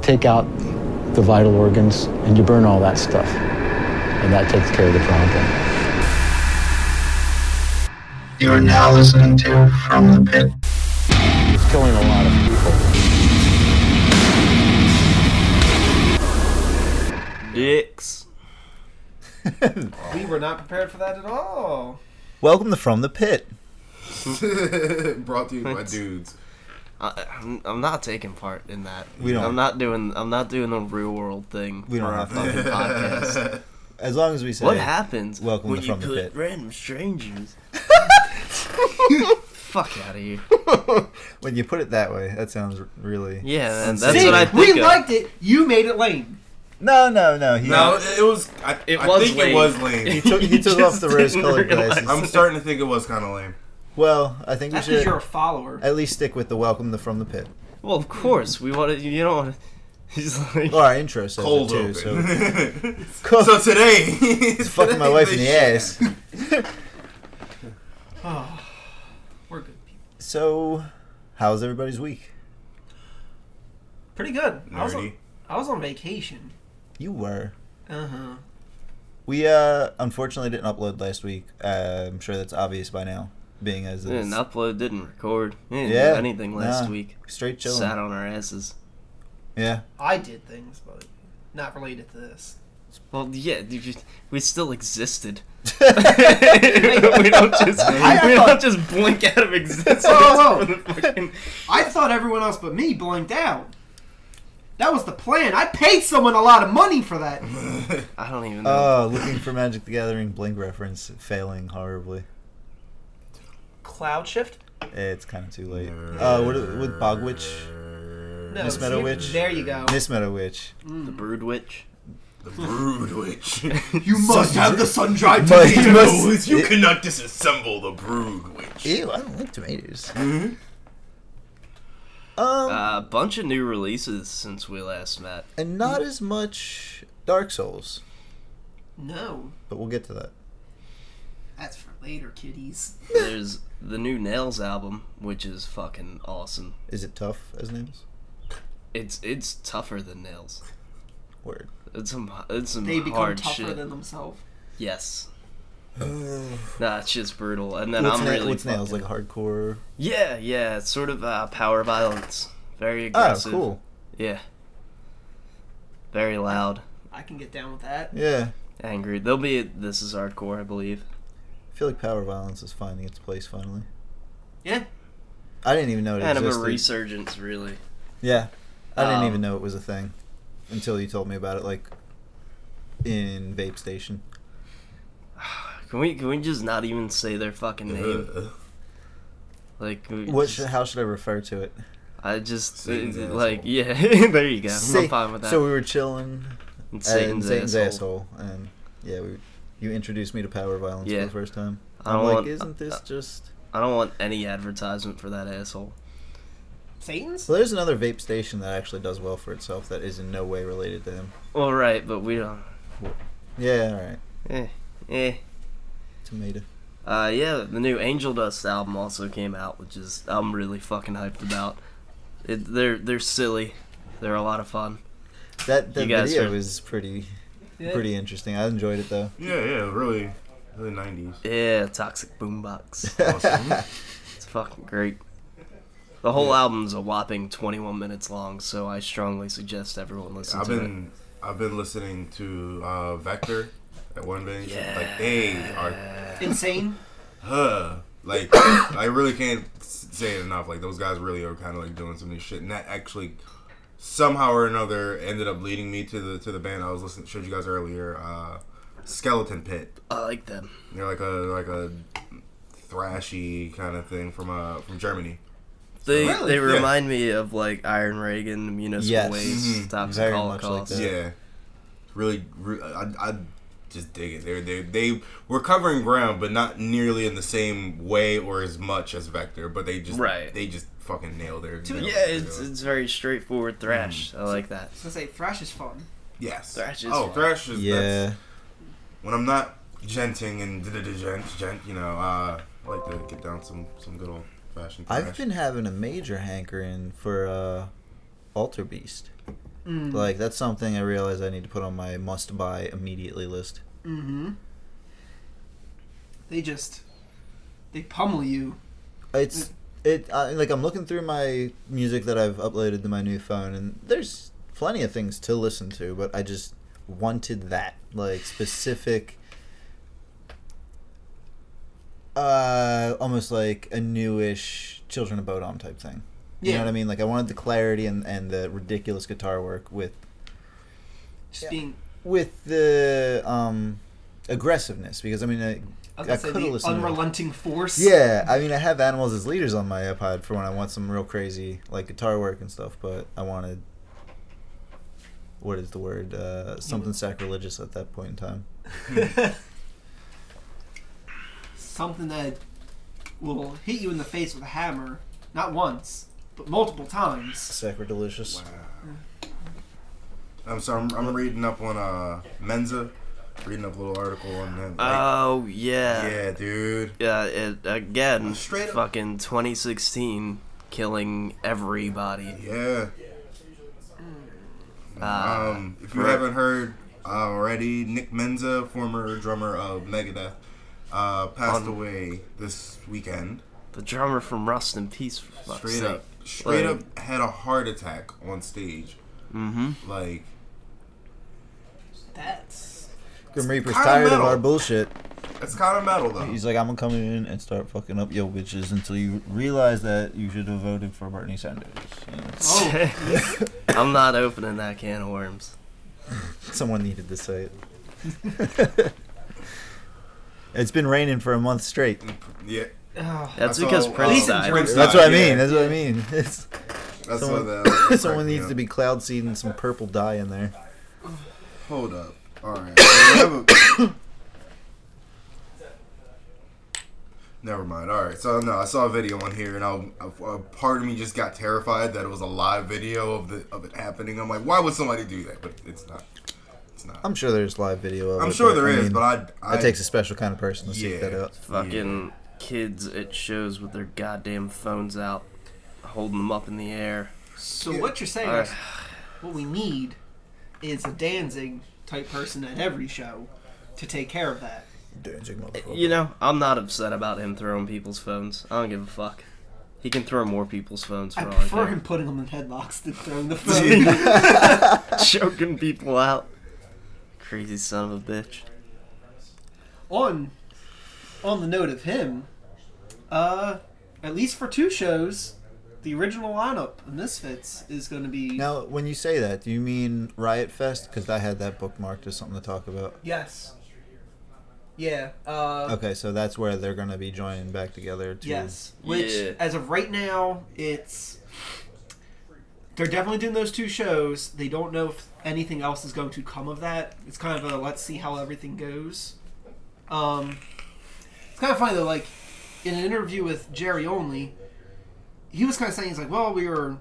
take out the vital organs and you burn all that stuff. And that takes care of the problem. You are now listening to From the Pit. It's killing a lot of people. Dicks. We were not prepared for that at all. Welcome to From the Pit. Brought to you by Thanks. dudes. I, I'm, I'm not taking part in that. We don't- I'm not doing. I'm not doing the real world thing. We don't for our have to. fucking podcast. As long as we say What happens Welcome when to you From the put Pit. random strangers? Fuck out of here. when you put it that way, that sounds r- really Yeah, and Let's that's see. what I we think of. liked it. You made it lame. No, no, no. He, No, it it was. I, It I was think lame. it was lame. he took he took off just the rose colored didn't glasses. I'm starting to think it was kind of lame. well, I think we That's because should you're a follower. at least stick with the welcome to From the Pit Well, of course we want to. You don't want to. He's like, or our intro says Cold it too. open. So So, Cool. today, It's fucking my wife in the ass. We're good people. So, how's everybody's week? Pretty good. I was, on, Nerdy. I was on vacation. You were. Uh huh. We uh unfortunately didn't upload last week. Uh, I'm sure that's obvious by now, being as we didn't it's upload, didn't record, we didn't Yeah, do anything last nah. week. straight chilling. Sat on our asses. Yeah, I did things, but not related to this. Well, yeah, dude, you- we still existed. we don't just I- I we thought- don't just blink out of existence. Oh, Whoa, whoa. Fucking- I thought everyone else but me blanked out. That was the plan. I paid someone a lot of money for that. I don't even know. Oh, looking for Magic the Gathering Blink reference, failing horribly. Cloud shift? It's kind of too late. Uh, what with Bogwitch, No. Miss see, Meadowwitch. There you go. Miss Meadow Witch. the Brood Witch. The Brood Witch. You must have the sun dried But to you must- you cannot disassemble the Brood Witch. Ew, I don't like tomatoes. Um, A bunch of new releases since we last met. and not as much Dark Souls, No. but we'll get to that. That's for later, kiddies. There's the new Nails album, which is fucking awesome. Is it tough as names? It's it's tougher than Nails. Word. It's some it's some They become hard tougher shit. than themselves. yes. nah, it's just brutal. And then what's I'm na- really what's nails fucking- like hardcore? Yeah, yeah. It's sort of uh, power violence. Very Oh, aggressive. cool. Yeah. Very loud, I can get down with that. Yeah, angry. They'll be at This Is Hardcore, I believe. I feel like power violence is finding its place finally. Yeah. I didn't even know it Kind of a existed. resurgence, really. Yeah. I didn't Um, even know it was a thing until you told me about it, like in Vape Station. Can we can we just not even say their Uh, fucking name? Ugh. Like can we Uh, What? just- Should, how should I refer to it? I just Satan's it- like asshole. yeah. there you go. Sa- I'm fine with that. So uh, we were chilling And at Satan's, asshole. and yeah, we, you introduced me to power violence Yeah. for the first time. I I'm don't like, want- uh, isn't this just? I don't want any advertisement for that asshole. Satan's? So there's another Vape Station that actually does well for itself that is in no way related to him. Well, right, but we don't. Yeah, all right, Eh. tomato. Uh, yeah, the new Angel Dust album also came out, which is I'm really fucking hyped about. It, they're they're silly. They're a lot of fun. That the You guys video heard- is pretty Yeah. pretty interesting. I enjoyed it though. Yeah, yeah, really. The 90s. Yeah, Toxic Boombox. Awesome. It's fucking great. The whole album's a whopping 21 minutes long, so I strongly suggest everyone listen I've to been I've been listening to uh, Vector at one bench. Yeah. Like they are Insane? huh. Like I really can't s- say it enough. Like those guys really are kind of like doing some new shit, and that actually somehow or another ended up leading me to the to the band I was listening showed you guys earlier. Uh, Skeleton Pit. it. I like them. They're like a like a thrashy kind of thing from uh from Germany. They Really? they Yeah. remind me of like Iron Reagan, Municipal Yes. Waste, Mhm. Toxic Very much like Holocaust. that. Yeah, really. Re- I, I just dig it. They're they they were covering ground, but not nearly in the same way or as much as Vector. But they just Right. They just fucking nailed their. yeah, nailed what they're it's doing. it's very straightforward thrash. Mm. I like that. I was gonna say, thrash is fun. yes. thrash is oh, fun. thrash is Yeah, That's, when I'm not genting and da da da gent gent, you know, uh, I like to get down some some good old fashioned. I've been having a major hankering for uh, Alter Beast. Like that's something I realize I need to put on my must buy immediately list. Mm-hmm. They just they pummel you. It's it I, like I'm looking through my music that I've uploaded to my new phone, and there's plenty of things to listen to, but I just wanted that like specific, uh, almost like a newish Children of Bodom type thing. You know Yeah. what I mean? Like I wanted the clarity and, and the ridiculous guitar work with Just Yeah. being with the um aggressiveness because I mean I, I was gonna I say coulda the listened to that. unrelenting force. Yeah, I mean, I have animals as leaders on my iPod for when I want some real crazy like guitar work and stuff. But I wanted what is the word? Uh, something sacrilegious at that point in time. Something that will hit you in the face with a hammer, not once, but multiple times. Sacrilegious. Wow. I'm sorry. I'm, I'm reading up on uh Menza, reading up a little article on him. Like, Oh yeah. yeah, dude. Yeah. It, again, Straight up- fucking 2016, killing everybody. Yeah. Uh, Um, if you Right. haven't heard already, Nick Menza, former drummer of Megadeth, uh, passed On- away this weekend. the drummer from Rust in Peace. For fuck's Straight sake. up, straight Like- up had a heart attack on stage. Mm-hmm. Like, That's Grim Reaper's kinda tired of metal. our bullshit. it's kind of metal though. He's like, I'm gonna come in and start fucking up yo bitches until you realize that you should have voted for Bernie Sanders. You know, I'm not opening that can of worms. someone needed to say it. it's been raining for a month straight. Yeah, oh, That's I saw, because uh, Prince Decent died. drinks. That's what I Yeah. mean. That's what I mean. It's that's Someone- what that. Someone needs to be cloud seeding some purple dye in there. Hold up. All right. So we have a- Never mind. All right. So no, I saw a video on here, and I, a, a part of me just got terrified that it was a live video of the of it happening. I'm like, why would somebody do that? But it's not. It's not. I'm, I'm sure there's live video of it. sure there there is, is, but I. I it takes a special kind of person to seek Yeah. that out. Fucking kids at shows with their goddamn phones out, holding them up in the air. So what you're saying Alright. is, what we need is a Danzig type person at every show to take care of that. Danzig motherfucker. You know, I'm not upset about him throwing people's phones. I don't give a fuck. He can throw more people's phones for I all prefer I care. him putting them in headlocks than throwing the phone. choking people out. Crazy son of a bitch. on on the note of him, uh, at least for two shows, the original lineup of Misfits is going to be Now, when you say that, do you mean Riot Fest? Because I had that bookmarked as something to talk about. yes, yeah, uh, Okay, so that's where they're going to be joining back together. To, yes. Which Yeah. as of right now, it's they're definitely doing those two shows. They don't know if anything else is going to come of that. It's kind of a let's see how everything goes. Um, it's kind of funny though. Like in an interview with Jerry Only, he was kind of saying he's like, well, we were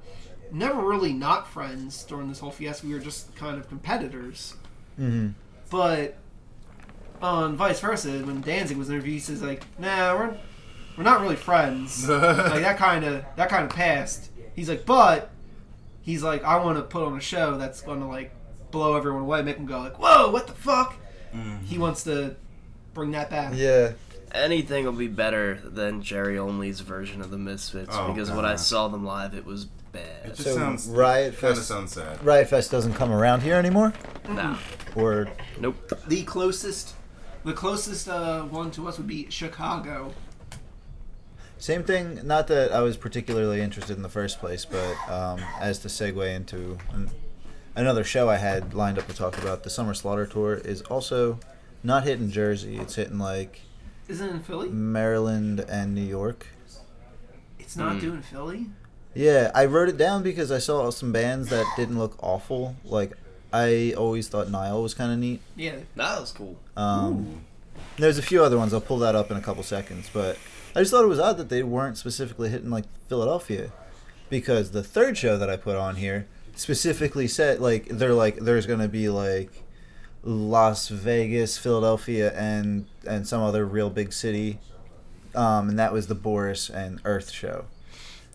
never really not friends during this whole fiasco. We were just kind of competitors. Mhm. But on vice versa, when Danzig was interviewed, he says like, nah, we're we're not really friends. like that kind of that kind of passed. He's like, but he's like, I want to put on a show that's going to like blow everyone away, make them go like, whoa, what the fuck? He wants to bring that back. Yeah. Anything will be better than Jerry Only's version of the Misfits Oh, because when I God. saw them live, it was bad. It just So sounds Riot Kind of Fest- sounds sad. Riot Fest doesn't come around here anymore? Nah, Or nope. The closest, the closest uh, one to us would be Chicago. Same thing. Not that I was particularly interested in the first place, but um, as to segue into an, another show I had lined up to talk about, the Summer Slaughter tour is also not hitting Jersey. It's hitting like Isn't it in Philly? Mm. Maryland and New York. It's not Mm. doing Philly. Yeah, I wrote it down because I saw some bands that didn't look awful. Like I always thought Nile was kind of neat. Yeah, That was cool. Um, there's a few other ones. I'll pull that up in a couple seconds. But I just thought it was odd that they weren't specifically hitting like Philadelphia, because the third show that I put on here specifically said like they're like there's gonna be like Las Vegas, Philadelphia, and and some other real big city, um, and that was the Boris and Earth show.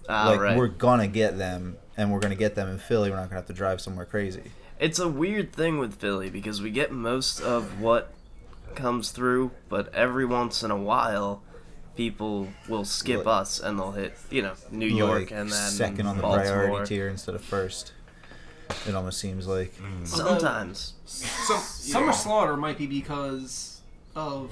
Ah, like right. we're gonna get them, and we're gonna get them in Philly. We're not gonna have to drive somewhere crazy. It's a weird thing with Philly because we get most of what comes through, but every once in a while, people will skip Like- us and they'll hit, you know, New York Like, and then second on the Baltimore. priority tier instead of first. It almost seems like Mm. Sometimes, Some, Summer yeah. Slaughter might be because of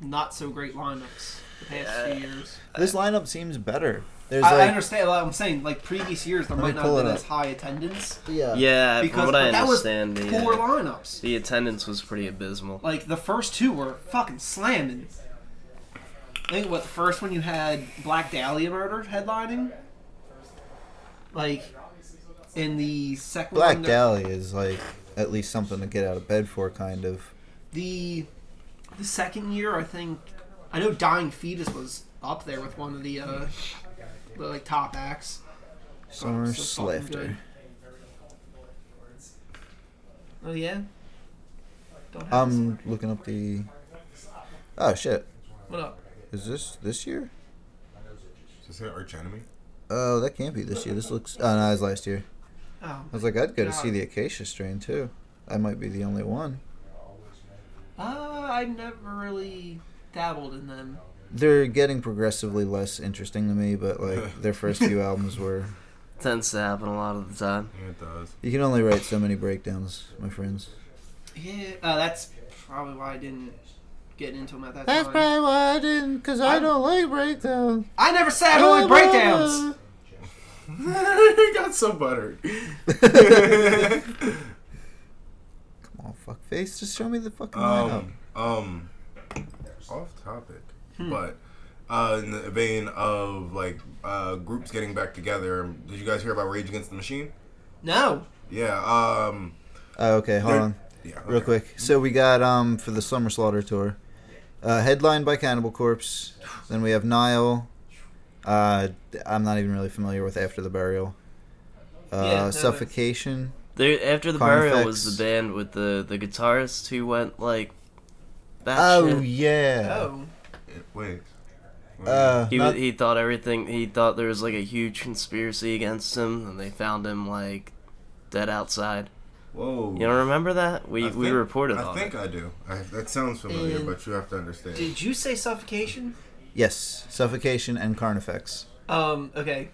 not so great lineups the past few years. this lineup seems better. There's I, I like understand. Like I'm saying like previous years there Let me might not pull have been it as up. high attendance yeah, yeah. because from what I but that was understand, the, poor uh, lineups. the attendance was pretty abysmal. Like the first two were fucking slamming. I think what the first one you had Black Dahlia murder headlining, like in the second Black one, there- Dahlia is like at least something to get out of bed for, kind of. the the second year I think I know Dying Fetus was up there with one of the uh the like top acts. Summer So fucking Slifter. good. Oh yeah. Don't have this. I'm looking up the. Oh shit! What up? Is this this year? Does it say Arch Enemy? Oh, that can't be this year. This looks. Oh no, it was last year. Oh, I was like, I'd go to God. see the Acacia Strain too. I might be the only one. uh, I never really dabbled in them. They're getting progressively less interesting to me, but like their first few albums were. Tends to happen a lot of the time. Yeah, it does. You can only write so many breakdowns, my friends. Yeah, uh, that's probably why I didn't get into them at that time. why I didn't, cause I don't like breakdowns. I never said I don't like breakdowns. He got so buttered. Come on, fuckface, just show me the fucking lineup. um, um, off topic, Hmm. but uh, in the vein of like uh, groups getting back together, did you guys hear about Rage Against the Machine? No. Yeah. Um. Oh, okay, hold they're- on, Yeah. real okay. quick. So we got um for the Summer Slaughter tour, uh, headlined by Cannibal Corpse. Then we have Nile. Uh, I'm not even really familiar with After the Burial. Uh, Yeah, no, suffocation. There, after the Carnifex. burial was the band with the the guitarist who went like. Oh batshit. yeah. Oh. Wait. Wait. Uh, He, was, not- he thought everything. He thought there was like a huge conspiracy against him, and they found him like dead outside. Whoa. You don't remember that? We I we think- reported I on think it. I do. I, that sounds familiar, And- but you have to understand. Did you say suffocation? yes, suffocation and Carnifex. Um. Okay.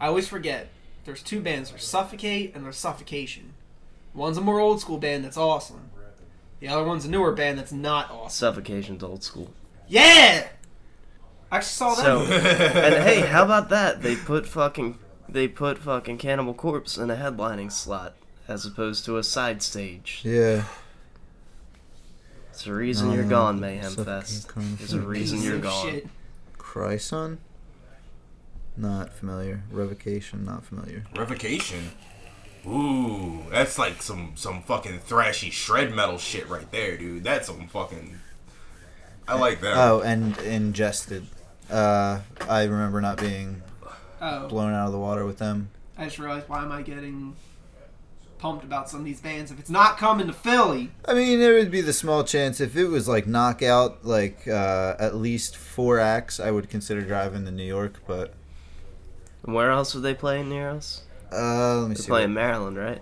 I always forget. There's two bands. There's Suffocate and there's Suffocation. One's a more old school band that's awesome. The other one's a newer band that's not awesome. Suffocation's old school. Yeah. I actually saw that. So and hey, how about that? They put fucking they put fucking Cannibal Corpse in a headlining slot as opposed to a side stage. Yeah. It's a reason No, you're Oh, no, gone, no, Mayhem Suffocating Fest. Carnifex. There's a Piece reason you're of gone. shit. Cryson. Not familiar. Revocation. Not familiar. Revocation. Ooh, that's like some some fucking thrashy shred metal shit right there, dude. That's some fucking. I like that. Oh, and ingested. Uh, I remember not being Oh, blown out of the water with them. I just realized why am I getting pumped about some of these bands if it's not coming to Philly? I mean, there would be the small chance if it was like knockout, like uh, at least four acts, I would consider driving to New York. But And Where else would they play near us? uh, let me They're see. playing Maryland, right?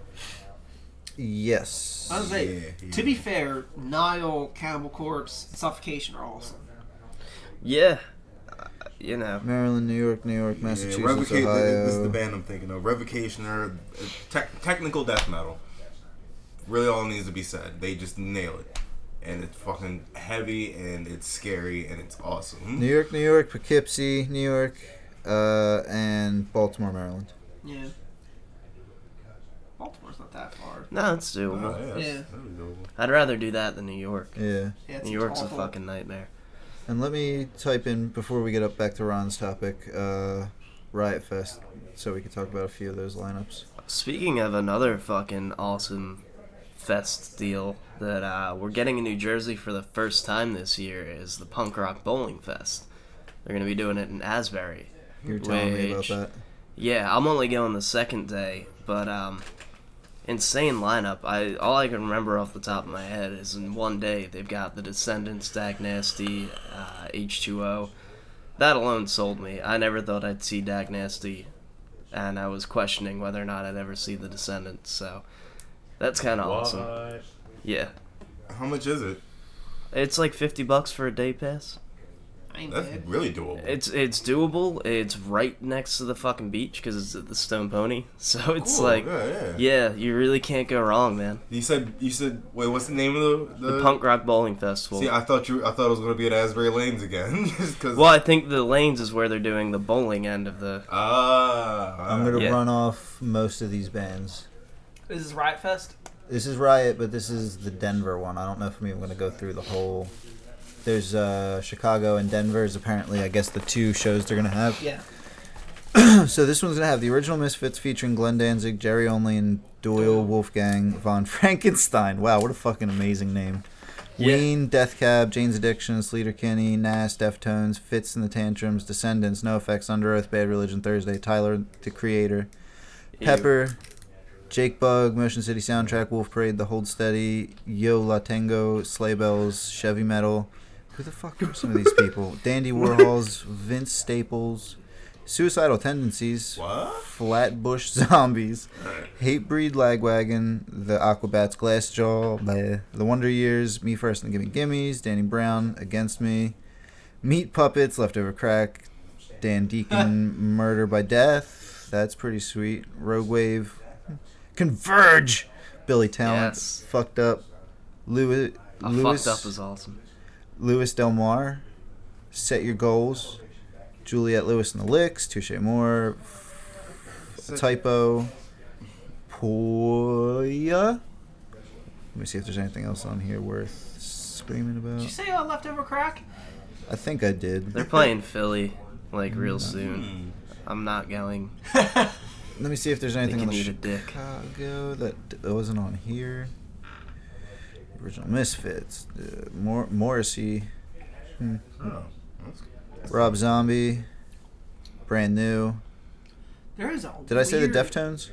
Yes. I was like, Yeah, yeah. to be fair, Nile, Cannibal Corpse, and Suffocation are awesome. Yeah. Uh, you know. Maryland, New York, New York, Massachusetts, yeah, Revocation. Ohio. This is the band I'm thinking of. Revocation or tech technical death metal. Really, all needs to be said. They just nail it, and it's fucking heavy, and it's scary, and it's awesome. New York, New York, Poughkeepsie, New York, uh, and Baltimore, Maryland. Yeah. Baltimore's not that far. No, it's Oh, doable. yeah, Yeah. that's- that'd be doable. I'd rather do that than New York. Yeah. Yeah, it's New York's awful. a fucking nightmare. And let me type in before we get up back to Ron's topic, uh, Riot Fest, so we can talk about a few of those lineups. Speaking of another fucking awesome fest deal that uh, we're getting in New Jersey for the first time this year is the Punk Rock Bowling Fest. They're gonna be doing it in Asbury. You were telling me about Which- that. Yeah, I'm only going the second day, but um, insane lineup. I all I can remember off the top of my head is in one day they've got the Descendants, Dag Nasty, uh, H2O, that alone sold me. I never thought I'd see Dag Nasty, and I was questioning whether or not I'd ever see The Descendants. So that's kind of awesome. What? Yeah, How much is it? it's like fifty bucks for a day pass. I ain't That's bad. really doable. It's it's doable. It's right next to the fucking beach because it's at the Stone Pony. So it's Cool, like, yeah, yeah. yeah, you really can't go wrong, man. You said you said wait, what's the name of the Uh, The Punk Rock Bowling Festival. See, I thought you I thought it was gonna be at Asbury Lanes again, just 'cause- well, I think the lanes is where they're doing the bowling end of the. Ah, I'm gonna Yeah. run off most of these bands. This is Riot Fest. This is Riot, but this is the Denver one. I don't know if I'm even going to go through the whole. There's uh, Chicago and Denver is apparently, I guess, the two shows they're going to have. Yeah. So this one's going to have the original Misfits featuring Glenn Danzig, Jerry Only, and Doyle Wolfgang von Frankenstein. Wow, what a fucking amazing name. Yeah. Ween, Death Cab, Jane's Addiction, Sleater Kinney, Nas, Deftones, Fits and the Tantrums, Descendants, No Effects, Under Earth, Bad Religion, Thursday, Tyler, the Creator, Pepper, Jake Bug, Motion City Soundtrack, Wolf Parade, The Hold Steady, Yo La Tengo, Sleigh Bells, Chevy Metal. Who the fuck are some of these people? Dandy Warhols, Vince Staples, Suicidal Tendencies, What? Flatbush Zombies, Hatebreed Lagwagon, The Aquabats Glassjaw, bleh, The Wonder Years, Me First and the Gimme Gimmes, Danny Brown, Against Me, Meat Puppets, Leftover Crack, Dan Deacon, Murder by Death. That's pretty sweet. Rogue Wave, Converge, Billy Talent, Yes. Fucked Up, Louis, I Louis, uh, fucked up is awesome. Louis Del Mar, Set Your Goals, Juliet Lewis and the Licks, Touche Moore, Typo, Poya. Let me see if there's anything else on here worth screaming Did you about. say uh, leftover crack? I think I did. They're playing Philly like Hmm. real soon. I'm not going. Let me see if there's I think anything you on need the a dick. Chicago that d- wasn't on here. Original Misfits, uh, Mor- Morrissey, Oh, that's Rob Zombie, Brand New. There is a. Did I say the weird- Deftones?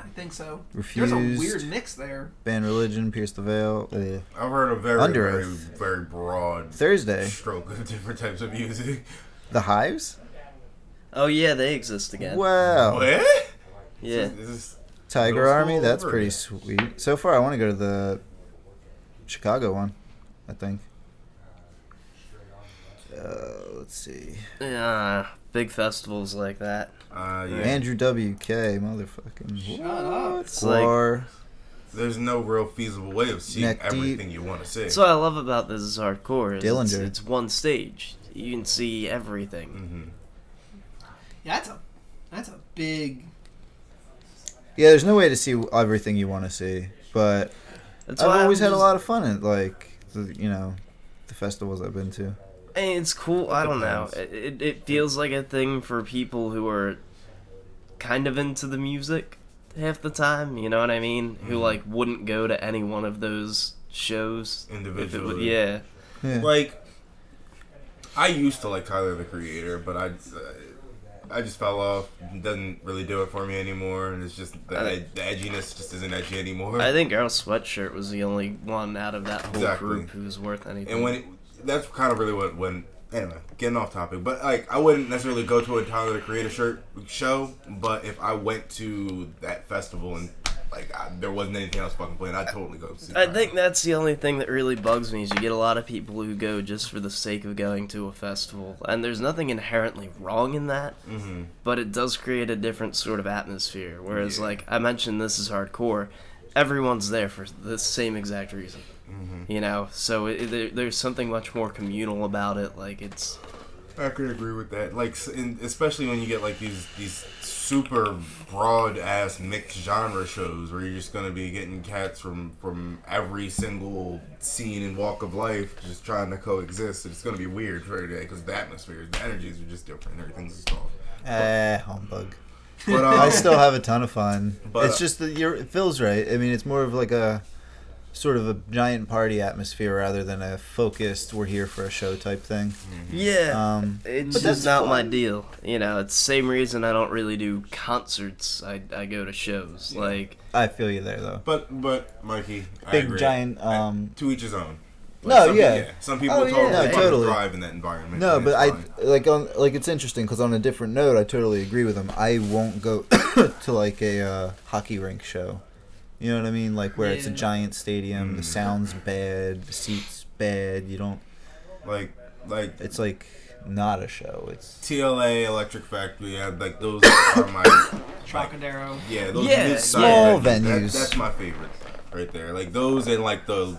I think so. There's a Refused. weird mix there. Band Religion, Pierce the Veil. uh, I've heard a very, Under very, Oath. very broad Thursday, stroke of different types of music. The Hives. Oh yeah, they exist again. Wow, What? Yeah, Is this- Tiger Those Army. all That's over pretty again. sweet. So far, I want to go to the Chicago one. I think. Uh, let's see. yeah. Big festivals like that. uh, yeah. Andrew WK, motherfucking. Shut up. It's like War. There's no real feasible way of seeing Neck Deep. everything you want to see. that's what I love about this is hardcore. Is it's, Dillinger. it's one stage. You can see everything. hmm Yeah, that's a that's a big. Yeah, there's no way to see everything you want to see, but That's I've why I'm always had a just- lot of fun at like, the, you know, the festivals I've been to. And it's cool. I don't know. depends. It, it, it feels like a thing for people who are kind of into the music half the time. You know what I mean? Who Mm-hmm. like wouldn't go to any one of those shows if it was- Individually. yeah. Yeah. Like, I used to like Tyler the Creator, but I, I just fell off. Doesn't really do it for me anymore, and it's just the, ed- the edginess just isn't edgy anymore. I think Earl Sweatshirt was the only one out of that whole Exactly. group who was worth anything. and when it, that's kind of really what when anyway getting off topic but like i wouldn't necessarily go to a tyler the creator shirt show but if i went to that festival and like I, there wasn't anything else fucking playing i'd totally go see I Tyler. think that's the only thing that really bugs me is you get a lot of people who go just for the sake of going to a festival, and there's nothing inherently wrong in that, Mhm. but it does create a different sort of atmosphere. Whereas, like I mentioned, this is hardcore. Everyone's there for the same exact reason, you know. So it, there, there's something much more communal about it. Like it's i could agree with that like s- and especially when you get like these these super broad ass mixed genre shows where you're just gonna be getting cats from from every single scene and walk of life just trying to coexist it's gonna be weird for today because the atmosphere the energies are just different everything's just off Eh, humbug. But I um, still have a ton of fun. But- it's just that you're, it feels right. I mean, it's more of like a sort of a giant party atmosphere rather than a focused "we're here for a show" type thing. Mm-hmm. yeah, Um, it's just but that's not my fun. deal. You know, it's the same reason I don't really do concerts. I I go to shows like. I feel you there, though. but but Mikey, I Big agree. giant. Um, To each his own. No, some yeah. people, some people Oh, totally, yeah. No, fucking totally. thrive in that environment. No, and but it's I fine. like on like it's interesting because on a different note, I totally agree with him. I won't go to like a uh, hockey rink show. You know what I mean? Like where it's a Yeah. giant stadium, the Mm. sound's bad, the seats bad. You don't. like like It's like not a show. It's TLA Electric Factory. Yeah, like those are my Trocadero. yeah those Yeah, mid-sized small That- venues. that's my favorite right there. Like those and like the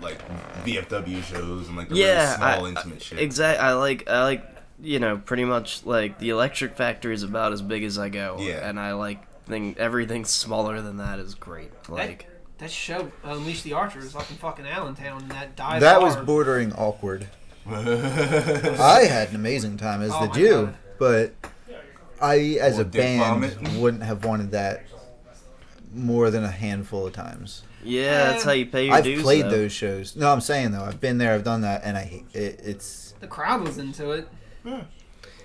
like VFW shows and like the yeah, really small I- intimate shit. Exactly. I like I like you know pretty much like the electric factory is about as big as I go. Yeah. And I like think everything smaller than that is great. Like That show, Unleash the Archers, up in fucking Allentown, and that dive that bar. was bordering awkward. I I had an amazing time as Oh the my Jew, God. but I, as Or a dick band, vomit. wouldn't have wanted that more than a handful of times. yeah, um, that's how you pay your I've dues. played though. those shows. No, I'm saying though, I've been there, I've done that, and I hate it, it's The crowd was into it.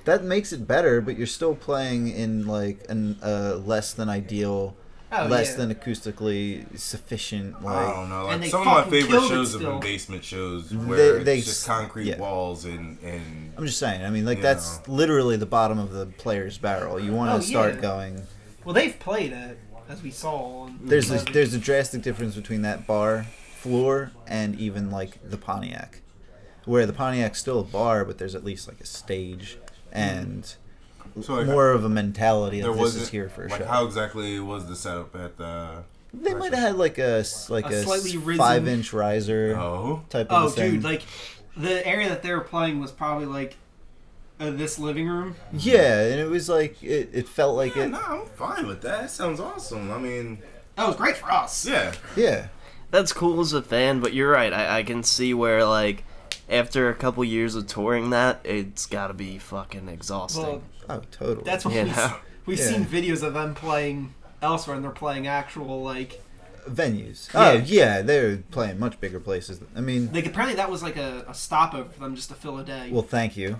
that makes it better, but you're still playing in like an uh, less than ideal, Oh, less yeah. than acoustically sufficient. Like don't know. And Like they some of my fucking favorite killed it shows have been still. basement shows where they it's just s- concrete yeah. walls and and I'm just saying. I mean, like You that's literally the bottom of the player's barrel. You want to Oh, start yeah. going. Well, they've played it, as we saw. On There's a, the- there's a drastic difference between that bar floor and even like the Pontiac, where the Pontiac's still a bar, but there's at least like a stage and So, like, more of a mentality there of this was is here for a like show. how exactly was the setup at uh, the they might have had like a s- like A a, slightly risen- five inch riser oh type of Oh, a thing. dude, like the area that they were playing was probably like uh, this living room. yeah, and it was like it, it felt like yeah, it. no I'm fine with that. That sounds awesome. I mean That was great for us. yeah Yeah, that's cool as a fan, but you're right. I, I can see where like after a couple years of touring that, it's got to be fucking exhausting. Well, oh totally. that's what You we, know? we've Yeah. seen videos of them playing elsewhere, and they're playing actual like venues. Yeah. Oh yeah, they're playing much bigger places. I mean, like apparently that was like a, a stopover for them just to fill a day. Well, thank you.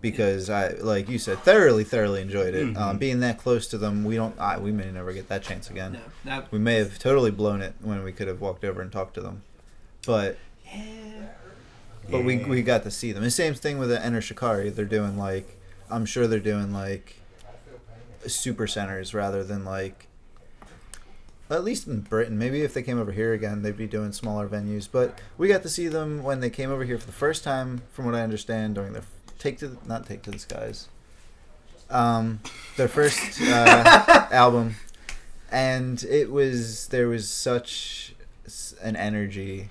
Because I, like you said, thoroughly, thoroughly enjoyed it. Um, being that close to them, we don't. I, we may never get that chance again. no, that, We may have totally blown it when we could have walked over and talked to them, but but we Yeah. we got to see them. And same thing with the Enter Shikari. They're doing like I'm sure they're doing like super centers rather than like at least in Britain. Maybe if they came over here again, they'd be doing smaller venues. But we got to see them when they came over here for the first time, from what I understand, during their take to the, not take to the skies, um, their first uh, album, and it was there was such s- an energy.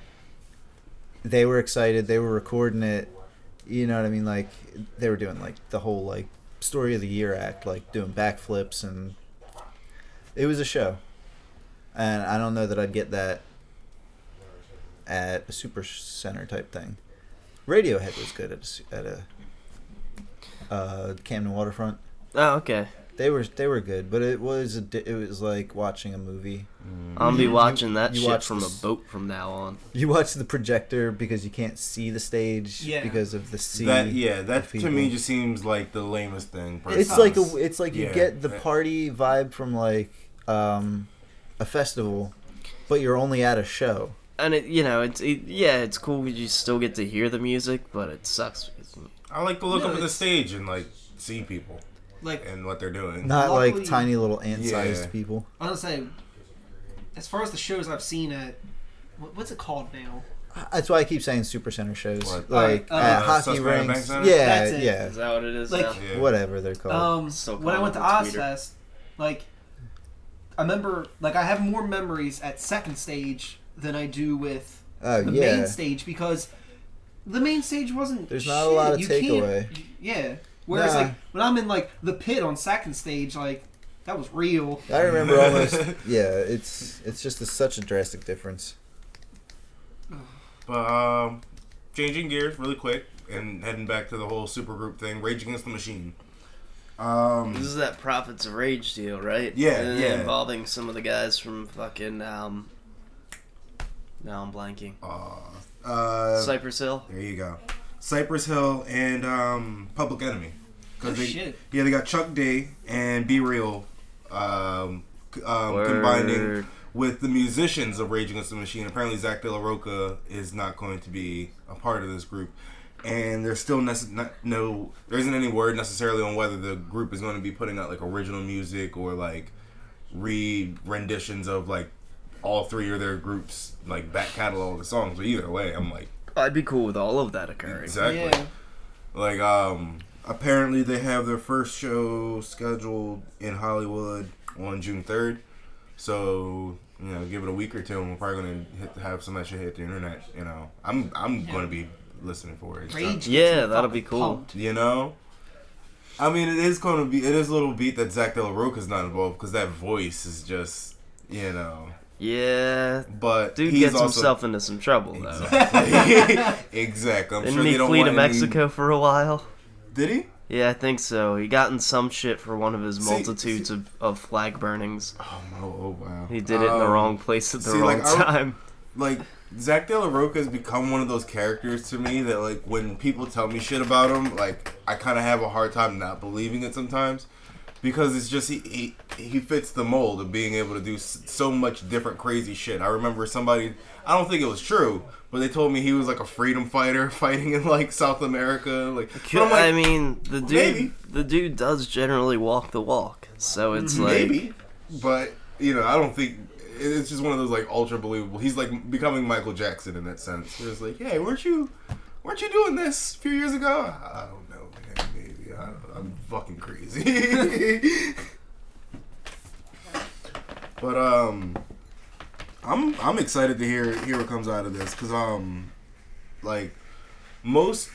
They were excited. They were recording it. You know what I mean? Like they were doing like the whole like story of the year act, like doing backflips and it was a show and I don't know that I'd get that at a super center type thing. Radiohead was good at a, su- at a uh, Camden waterfront. oh, okay. They were they were good, but it was a, di- it was like watching a movie. I'll be watching that Mm-hmm. you shit watch from this- a boat from now on. You watch the projector because you can't see the stage Yeah. because of the sea. that yeah that the to me people. just seems like the lamest thing. it's personally. like a it's like you Yeah. get the That- party vibe from like um, a festival, but you're only at a show. And it, you know, it's it, yeah, it's cool. 'cause You still get to hear the music, but it sucks. because- I like to look No, up at the it's- stage and like see people like and what they're doing. Not Luckily- like tiny little ant-sized Yeah. people. I was gonna say, as far as the shows I've seen at, what, what's it called now? That's why I keep saying super center shows, What? like Uh, at uh, hockey Susquehanna Bank rinks. Center? Yeah, That's it. yeah, Is that what it is Like- now? Yeah. whatever they're called. Um, So when I called went to the tweeter. Ozfest, like, I remember, like, I have more memories at second stage than I do with oh the yeah, main stage because the main stage wasn't. There's not a shit. lot of You can't- takeaway. Yeah. Whereas, Nah. like, when I'm in like the pit on second stage, like, that was real. I remember almost. Yeah, it's it's just a, such a drastic difference. But um, changing gears really quick and heading back to the whole supergroup thing, Rage Against the Machine. This Um, is that Prophets of Rage deal, right? Yeah, Uh, yeah. Involving some of the guys from fucking um. Now I'm blanking. uh, uh, Cypress Hill. there you go, Cypress Hill and um, Public Enemy. Oh, 'Cause they, shit. Yeah, they got Chuck Day and Be Real um, c- um, Word. combining with the musicians of Rage Against the Machine. Apparently, Zach De La Roca is not going to be a part of this group, and there's still nece- not, no there isn't any word necessarily on whether the group is going to be putting out like original music or like re renditions of like all three of their groups like back catalog of songs. But either way, I'm like I'd be cool with all of that occurring. exactly. Yeah. Like, um, apparently they have their first show scheduled in Hollywood on June 3rd. So, you know, give it a week or two, and we're probably gonna hit, have some of that shit hit the internet. You know, I'm I'm gonna be listening for it. so- Rage. Yeah, that'll be cool. Pumped. You know, I mean, it is gonna be it is a little beat that Zach De La Roca's not involved because that voice is just you know, Yeah, but dude he's gets also, himself into some trouble though. exactly. exactly. I'm Didn't sure he they don't flee want to any- Mexico for a while? Did he? Yeah, I think so. He got in some shit for one of his See- multitudes of, of flag burnings. Oh, no, oh wow. He did it in the Um, wrong place at the see, wrong like, I w- time. like Zach De La Roca has become one of those characters to me that like when people tell me shit about him, like I kind of have a hard time not believing it sometimes because it's just he he, he fits the mold of being able to do s- so much different crazy shit. I remember somebody I don't think it was true, but they told me he was like a freedom fighter fighting in like South America, like, but I'm like, I mean, the dude, maybe. the dude does generally walk the walk, so it's like maybe, but you know I don't think. It's just one of those like ultra believable. He's like becoming Michael Jackson in that sense. Where it's like, hey, weren't you weren't you doing this a few years ago? I don't know, man. Maybe I don't, I'm fucking crazy. but um, I'm I'm excited to hear hear what comes out of this because um, like most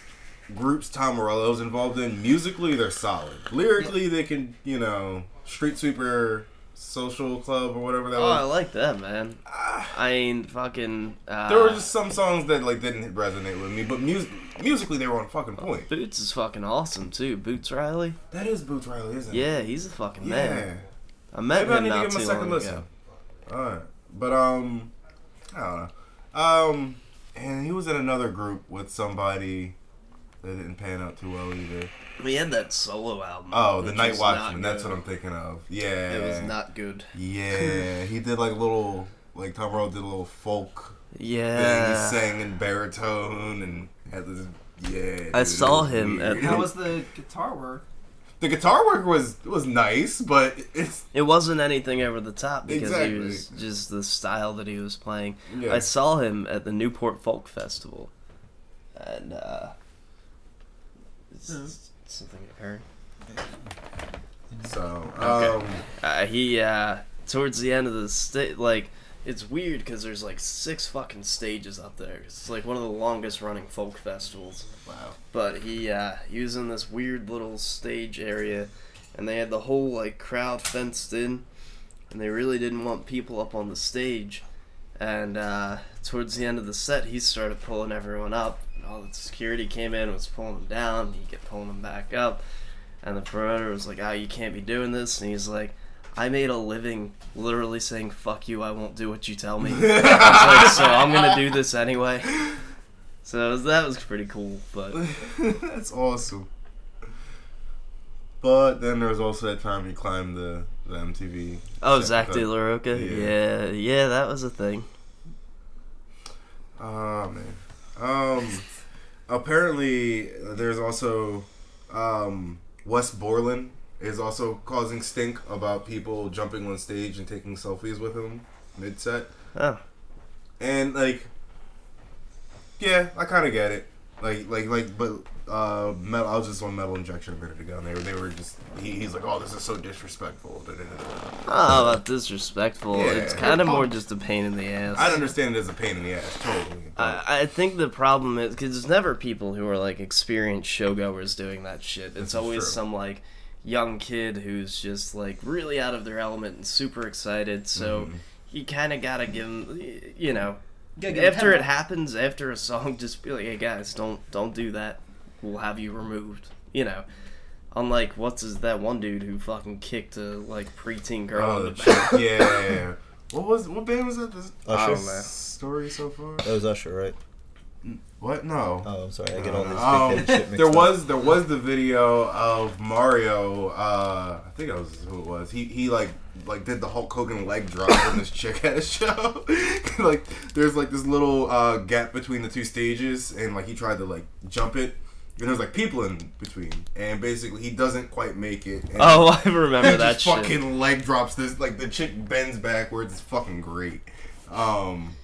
groups Tom Morello's involved in musically they're solid. Lyrically they can you know Street Sweeper. Social club or whatever that Oh, I was. like that, man. I mean, fucking. Uh, There were just some songs that like didn't resonate with me, but mus- musically they were on fucking point. Boots is fucking awesome too. Boots Riley. That is Boots Riley, isn't it? Yeah, he's a fucking Yeah. man. I met Maybe I him need to not give him a too second long listen. ago. Alright. But um I don't know. Um and he was in another group with somebody that didn't pan out too well either. We had that solo album. Oh, the which Night was not Watchman, that's good. what I'm thinking of. Yeah. It was not good. Yeah. he did like a little like Tom Rowe did a little folk thing. Yeah. He sang in baritone and had this yeah. I dude, saw it was him at- weird. How was the guitar work? the guitar work was was nice, but it's It wasn't anything over the top because Exactly. he was just the style that he was playing. Yeah. I saw him at the Newport Folk Festival, and uh, s- s- something occurred. so Okay. um Uh, he uh, towards the end of the state, like it's weird because there's like six fucking stages up there. It's like one of the longest running folk festivals. wow. but he uh, he was in this weird little stage area, and they had the whole like crowd fenced in, and they really didn't want people up on the stage. And uh, towards the end of the set, he started pulling everyone up. And all the security came in, was pulling them down. He kept pulling them back up, and the promoter was like, "Ah, you can't be doing this." And he's like. I made a living literally saying "fuck you." I won't do what you tell me. I was like, so I'm gonna do this anyway. So that was pretty cool. But That's awesome. But then there was also that time he climbed the, the MTV. Oh, Shit, Zach but- De La Roca. Yeah. Yeah. yeah, that was a thing. Oh man. Um, apparently there's also um West Borland is also causing stink about people jumping on stage and taking selfies with him mid set. Oh, and like yeah i kind of get it like like like but uh metal i was just on metal injection a minute ago and they were they were just he, he's like oh this is so disrespectful da, da, da, da. oh, about disrespectful. Yeah. it's kind of more just a pain in the ass. i understand it as a pain in the ass totally I, I think the problem is because it's never people who are like experienced showgoers doing that shit. It's is always true. some like young kid who's just like really out of their element and super excited. Mm-hmm. So you kind of gotta give him, you know, Gotta give 'em after it hell. happens, after a song, just be like, hey guys, don't don't do that. We'll have you removed. You know. Unlike what's his, that one dude who fucking kicked a like preteen girl oh in the the back. chick, yeah what was what band was that this Usher? I don't know. story so far That was Usher, right? What? No. Oh, I'm sorry. I get all these Um, big head shit mixed there up. was there was the video of Mario. Uh, I think that was who it was. He he like like did the Hulk Hogan leg drop on this chick at a show. like there's like this little uh, gap between the two stages, and like he tried to like jump it, and there's like people in between, and basically he doesn't quite make it. And Oh, I remember he that just shit. fucking leg drops this like the chick bends backwards. It's fucking great. Um,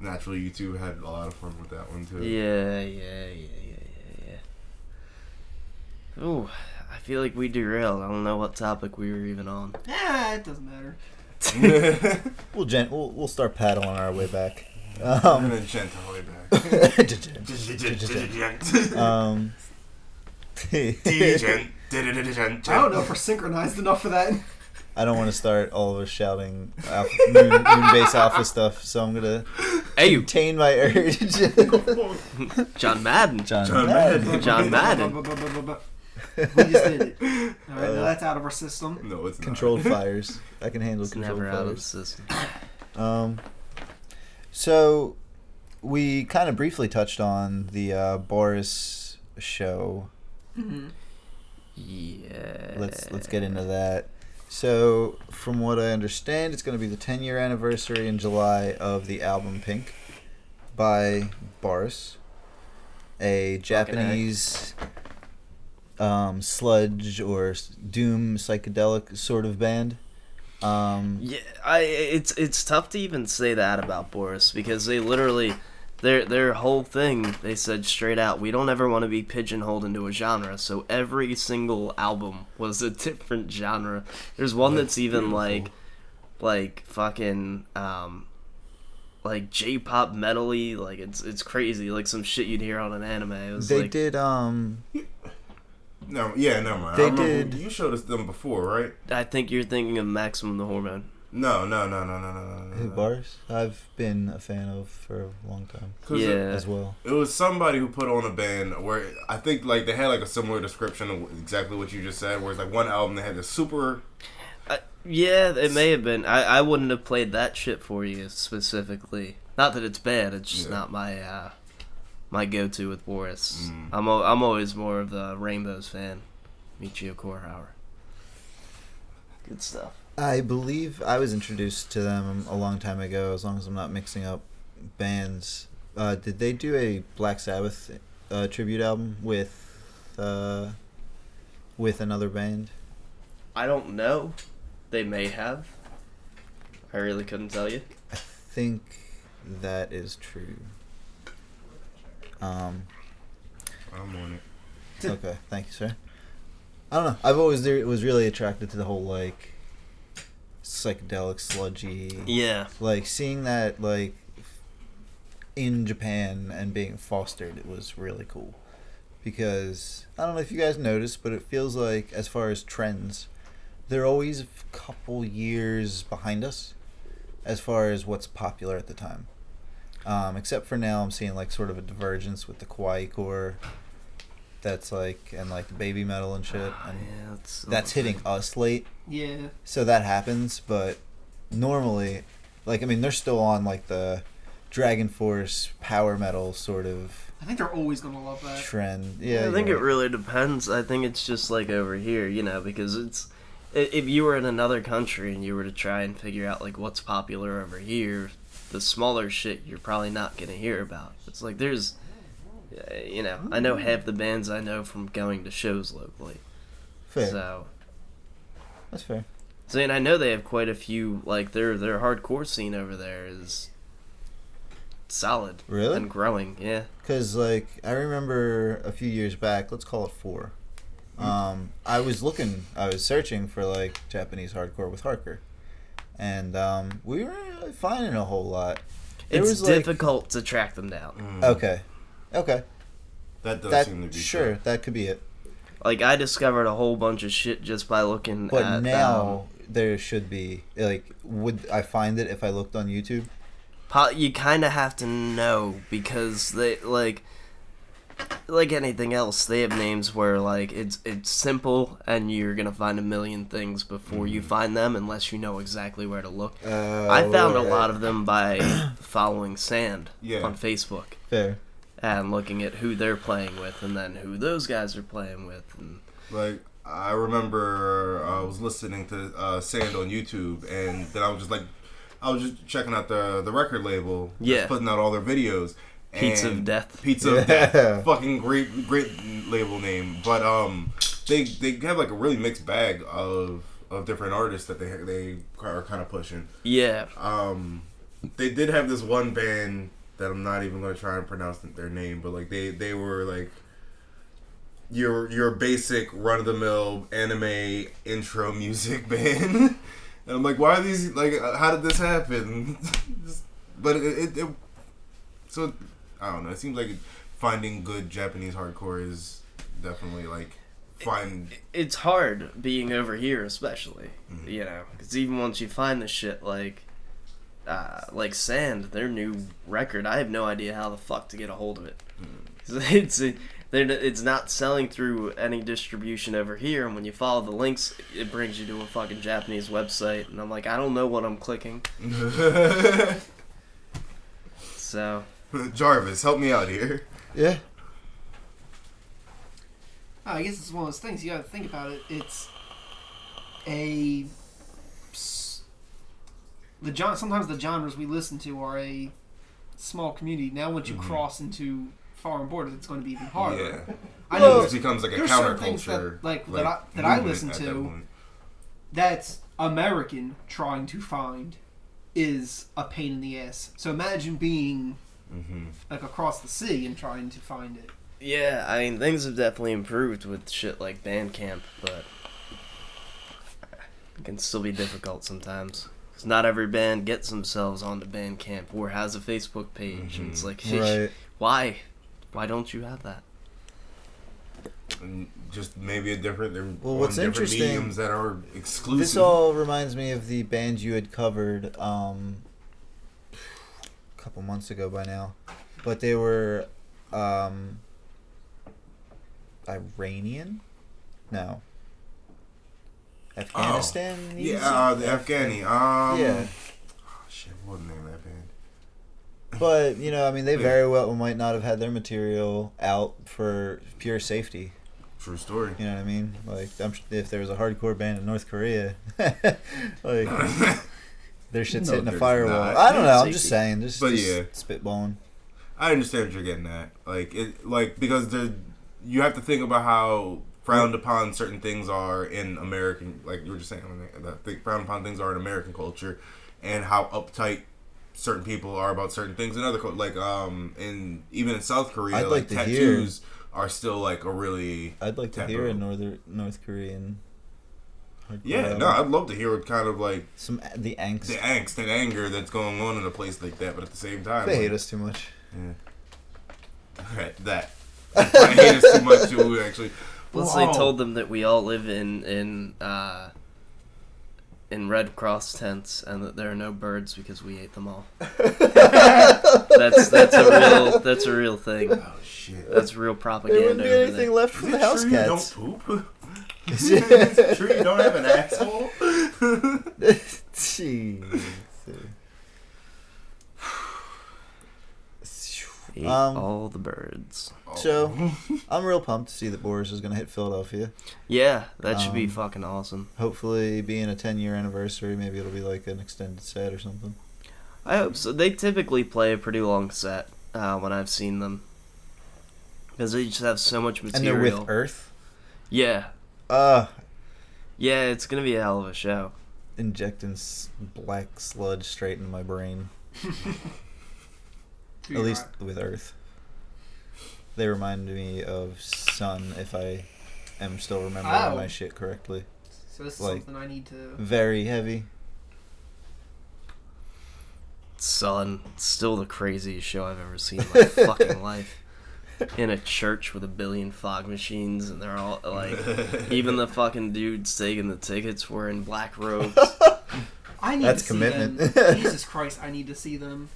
naturally, you two had a lot of fun with that one too. Yeah, yeah, yeah, yeah, yeah, yeah. Ooh, I feel like we derailed. I don't know what topic we were even on. Ah, it doesn't matter. We'll, gen- we'll we'll start paddling our way back. I'm Um, gonna gently back. um, Degen- I don't know if we're synchronized enough for that. I don't want to start all of us shouting alpha, moon, moon base alpha stuff, so I'm gonna Hey, you, tame my urge. John Madden. John, John Madden. Madden. John Madden. We just did it. All right, now that's out of our system. No, it's not. Controlled fires. I can handle It's controlled never out of the fires. system. Um, so we kind of briefly touched on the uh, Boris show. Yeah. Let's let's get Uh. into that. So, from what I understand, it's going to be the 10 year anniversary in July of the album Pink by Boris, a Japanese um, sludge or s- doom psychedelic sort of band. Um, Yeah, I it's it's tough to even say that about Boris because they literally their their whole thing they said straight out we don't ever want to be pigeonholed into a genre so every single album was a different genre. There's one that's, even like like fucking um like J-pop medley like it's it's crazy like some shit you'd hear on an anime. It was they like, did um, No, yeah, never mind. They I remember did- You showed us them before, right? I think you're thinking of Maximum the Hormone. No, no, no, no, no, no, no, no. who, no. Boris. I've been a fan of for a long time 'Cause it- Yeah. as well. It was somebody who put on a band where I think like they had like a similar description of exactly what you just said. Where it's like one album they had the super Uh, yeah, it may have been. I, I wouldn't have played that shit for you specifically. Not that it's bad. It's just Yeah. not my uh, my go-to with Boris. I'm al- I'm always more of the Rainbows fan. Michio Korhauer. Good stuff. I believe I was introduced to them a long time ago, as long as I'm not mixing up bands. Uh, did they do a Black Sabbath uh, tribute album with uh, with another band? I don't know. They may have. I really couldn't tell you. I think that is true. Um, I'm on it. okay, thank you, sir. I don't know. I've always re- was really attracted to the whole like psychedelic sludgy. Yeah. like seeing that like in Japan and being fostered it was really cool because I don't know if you guys noticed but it feels like as far as trends they're always a couple years behind us as far as what's popular at the time um, except for now I'm seeing like sort of a divergence with the kawaii core that's like and like the baby metal and shit and Yeah. It's, that's hitting us late Yeah. so that happens but normally like i mean they're still on like the dragon force power metal sort of I think they're always going to love that. trend yeah I think you're it really depends. I think it's just like over here, you know, because it's i- if you were in another country and you were to try and figure out like what's popular over here, the smaller shit you're probably not gonna hear about. It's like there's, uh, you know, I know half the bands I know from going to shows locally. fair. So, that's fair so and I know they have quite a few like their their hardcore scene over there is solid Really? and growing. Yeah, because like i remember a few years back let's call it four Hmm. um, i was looking i was searching for like japanese hardcore with harker and um, we weren't finding a whole lot There it's was, like- difficult to track them down. okay okay That does that Hmm. seem to be sure true. that could be it Like I discovered a whole bunch of shit just by looking But at um, now there should be like, would I find it if I looked on YouTube? po- you kind of have to know because they like like anything else they have names where like it's it's simple and you're going to find a million things before Mm. you find them unless you know exactly where to look. Oh, I found a lot of them by following Sand Yeah. on Facebook. fair. and looking at who they're playing with and then who those guys are playing with and Like I remember I was listening to uh, Sand on YouTube, and then I was just like, I was just checking out the the record label, that's Yeah. putting out all their videos. Pizza of and- Death. Pizza of Yeah. Death, fucking great, great label name. But um, they they have like a really mixed bag of of different artists that they they are kind of pushing. yeah Um, they did have this one band that I'm not even gonna try and pronounce their name, but like they they were like your your basic run of the mill anime intro music band, and I'm like, why are these like? uh, How did this happen? but it, it, it so I don't know. It seems like finding good Japanese hardcore is definitely like find it's hard being over here, especially. You know, because even once you find the shit, like, uh, like Sand, their new record, I have no idea how the fuck to get a hold of it. 'Cause It's they're, n- it's not selling through any distribution over here, and when you follow the links, it brings you to a fucking Japanese website, and I'm like, I don't know what I'm clicking. So Jarvis, help me out here. Yeah. Oh, I guess it's one of those things you got to think about it. It's a s- the gen- sometimes the genres we listen to are a small community. Now once you Mm-hmm. cross into foreign borders, it's going to be even harder. Yeah. I Well, know it becomes like a there's certain things counterculture, that, like, that I- that I movement listen at to. that point. that's American trying to find is a pain in the ass. So imagine being Mm-hmm. like across the sea and trying to find it. yeah, I mean things have definitely improved with shit like Bandcamp, but it can still be difficult sometimes. 'Cause not every band gets themselves onto Bandcamp or has a Facebook page. and It's like, Right. why, why don't you have that? And just maybe a different. They're Well, on what's different interesting- mediums that are exclusive. This all reminds me of the band you had covered um, a couple months ago by now, but they were um, Iranian. No. Afghanistan. yeah, uh, the Afghani. Um, Oh, Yeah. Shit, what was the name of that band? But you know, I mean, they very well might not have had their material out for pure safety. True story. You know what I mean? Like, I'm, sh- if there was a hardcore band in North Korea, like their shit's No, hitting a there's firewall. not. I don't know. I'm just Safety. saying, just, But just yeah. spitballing. I understand what you're getting at. Like it, like because there, you have to think about how frowned upon certain things are in American. Like you were just saying, that th- frowned upon things are in American culture, and how uptight certain people are about certain things in other cul- like um in even in South Korea, I'd like, like to hear- tattoos are still like a really I'd like to hear taboo. a northern North Korean. hardcore yeah. album. No, I'd love to hear what kind of like some the angst. the angst and anger that's going on in a place like that, but at the same time, they hate like, us too much. Right, that. I hate us too much to actually. Plus, they told them that we all live in in uh, in Red Cross tents, and that there are no birds because we ate them all. that's that's a real that's a real thing. Oh shit. That's real There propaganda wouldn't be over anything there. left for Uh, the house true cats. you don't poop? Is it true you don't have an asshole? Jeez. Ate Um, all the birds. So, I'm real pumped to see that Boris is going to hit Philadelphia. Yeah, that should be um, fucking awesome. Hopefully, being a 10 year anniversary, maybe it'll be like an extended set or something. I hope so. They typically play a pretty long set uh, when I've seen them because they just have so much And material. they're with Earth. yeah, Uh, yeah, it's gonna be a hell of a show. injecting s- black sludge straight into my brain. To At your least with Earth. They remind me of Sun, if I am still remembering Ow. my shit correctly. So this is Like- mm, something I need to. Very heavy. Son, it's still the craziest show I've ever seen in my fucking life. In a church with a billion fog machines, and they're all like, Oh. even the fucking dudes taking the tickets were in black robes. I need That's to See them. commitment. Jesus Christ, I need to see them.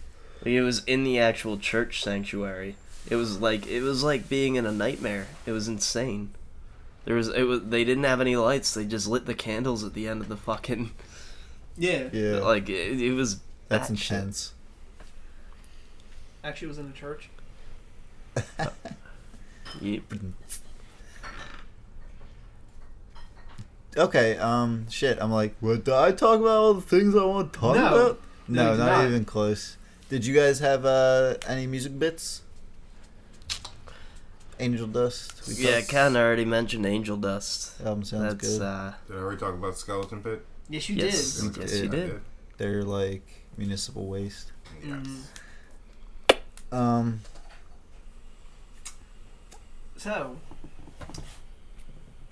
Like, it was in the actual church sanctuary. It was like it was like being in a nightmare. It was insane. There was it was they didn't have any lights. They just lit the candles at the end of the fucking Yeah. Yeah. like it, it was that's batshit. intense. Actually, it was in a church. Yep. Okay, um, shit. I'm like, what? Do I talk about all the things I want to talk No. about? No, No, you did not, not. even close. Did you guys have uh, any music bits? Angel Dust. We Yeah, talked- Ken already mentioned Angel Dust. Album sounds That's good. uh Did I already talk about Skeleton Pit? Yes, you Yes. did. You Okay, did. I You did. They're like municipal waste. Yes. Mm. Um, So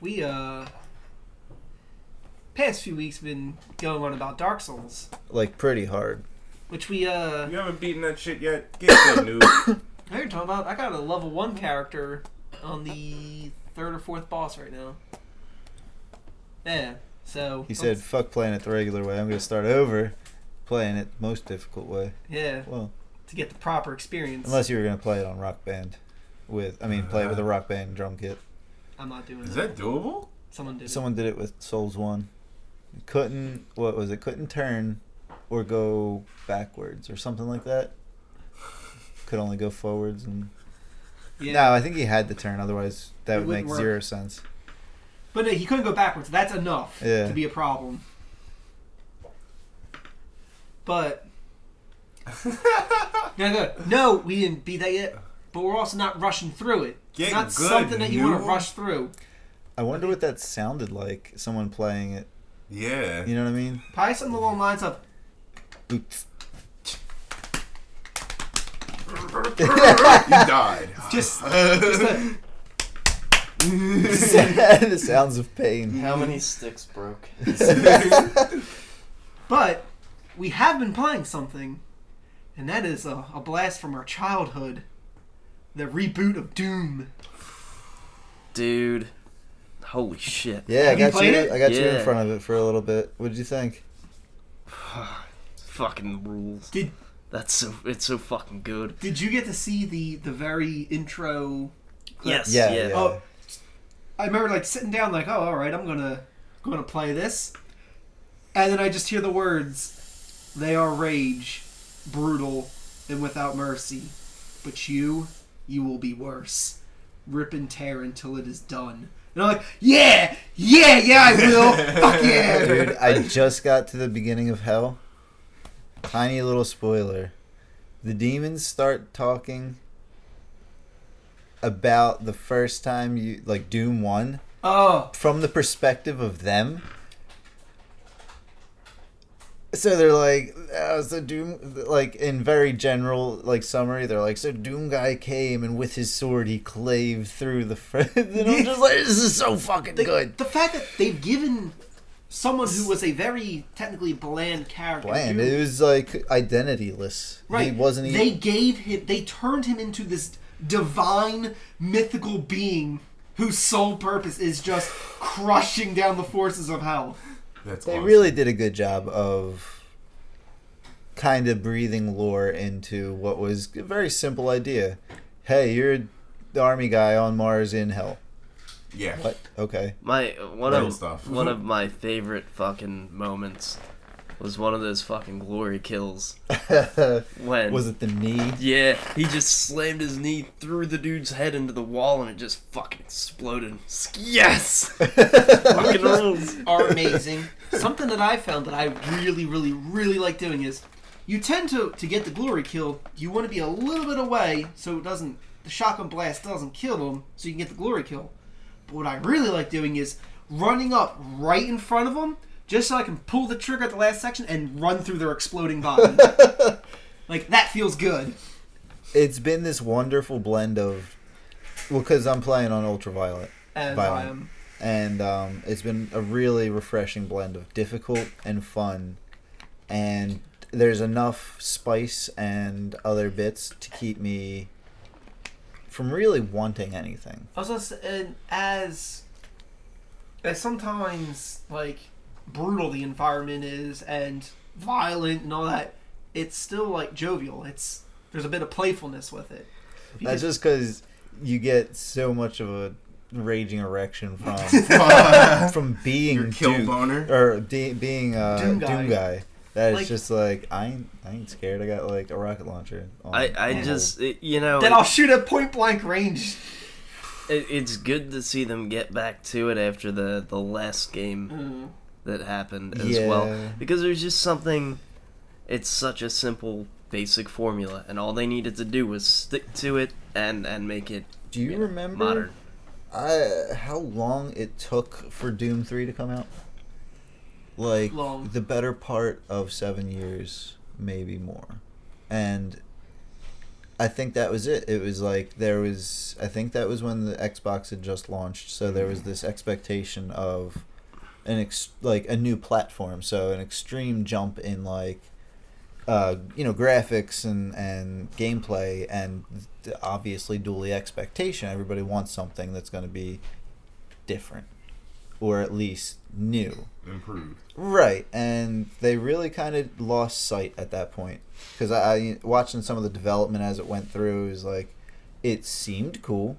we uh past few weeks been going on about Dark Souls, like like pretty hard. which we uh You haven't beaten that shit yet. Get that noob. I heard you talking about I got a level one character on the third or fourth boss right now. Yeah. So He said, "Fuck playing it the regular way. I'm gonna start over, playing it the most difficult way." Yeah, Well, to get the proper experience. unless you were gonna play it on Rock Band, with I mean, play it with a Rock Band drum kit. I'm not doing Is that. that doable? Someone did Someone did it with Souls One. Couldn't what was it? Couldn't turn or go backwards or something like that. Could only go forwards and it. Yeah. no, I think he had to turn. Otherwise, that It would wouldn't make work. zero sense. But no, he couldn't go backwards. That's enough Yeah. to be a problem. But no, no, no, we didn't beat that yet. But we're also not rushing through it. Get it's not good, something that you want to noob. rush through. I wonder what that sounded like. Someone playing it. Yeah. You know what I mean? Probably something along the lines of Boots. you died. just, just a, the sounds of pain. how many sticks broke? but we have been playing something, and that is a, a blast from our childhood. The reboot of Doom. Dude. Holy shit. Yeah, I Have you got you. played it? I got you Yeah. in front of it for a little bit. What did you think? Fucking rules. Did- that's so it's so fucking good. Did you get to see the the very intro Yes, Yeah, yeah. yeah. Oh, I remember like sitting down, like, oh, all right, I'm gonna gonna play this, and then I just hear the words, "They are rage, brutal, and without mercy, but you, you will be worse. Rip and tear until it is done." And I'm like, "Yeah, yeah, yeah, I will. Fuck yeah!" Dude, I just got to the beginning of hell. Tiny little spoiler. The demons start talking about the first time you like Doom 1 Oh, from the perspective of them. So they're like, oh, so Doom, like in very general, like summary, they're like, so Doom guy came and with his sword he clave through the. Fr-. and I'm just like, this is so fucking the, good. The fact that they've given someone who was a very technically bland character, bland. Doom- It was like identityless. He Right. wasn't even. They gave him. They turned him into this divine mythical being whose sole purpose is just crushing down the forces of hell. That's they awesome. really did a good job of kind of breathing lore into what was a very simple idea. Hey, you're the army guy on Mars in hell. Yeah. What? Okay. My one Real of stuff. one of my favorite fucking moments was one of those fucking glory kills when was it the knee? Yeah, he just slammed his knee through the dude's head into the wall and it just fucking exploded. Yes! fucking rules. Are amazing. Something that I found that I really, really, really like doing is you tend to to get the glory kill. You want to be a little bit away so it doesn't. The shotgun blast doesn't kill them, so you can get the glory kill. But what I really like doing is running up right in front of them, just so I can pull the trigger at the last section and run through their exploding body. like that feels good. It's been this wonderful blend of. Well, because I'm playing on Ultraviolet. And Violent. um, and um, it's been a really refreshing blend of difficult and fun and there's enough spice and other bits to keep me from really wanting anything I was gonna say, and as as sometimes like brutal the environment is and violent and all that, it's still like jovial. It's there's a bit of playfulness with it. You that's can- just because you get so much of a raging erection from from being Your kill Duke, boner. or de- being uh, Doom Doom guy. guy. That is Like- just like I ain't, I ain't scared. I got like a rocket launcher. on- I, I on just, it, you know, Then it- I'll shoot at point blank range. it, it's good to see them get back to it after the, the last game that happened as Yeah. well. Because there's just something, it's such a simple, basic formula, and all they needed to do was stick to it and, and make it hold. Do you know, remember modern. I, how long it took for Doom Three to come out? Like Long. the better part of seven years, maybe more, and I think that was it. It was like there was. I think that was when the Xbox had just launched, so there was this expectation of an ex- like a new platform, so an extreme jump in like uh, you know graphics and and gameplay and th- obviously duly expectation everybody wants something that's going to be different or at least new Improved. right and they really kind of lost sight at that point because I, I watching some of the development as it went through is like it seemed cool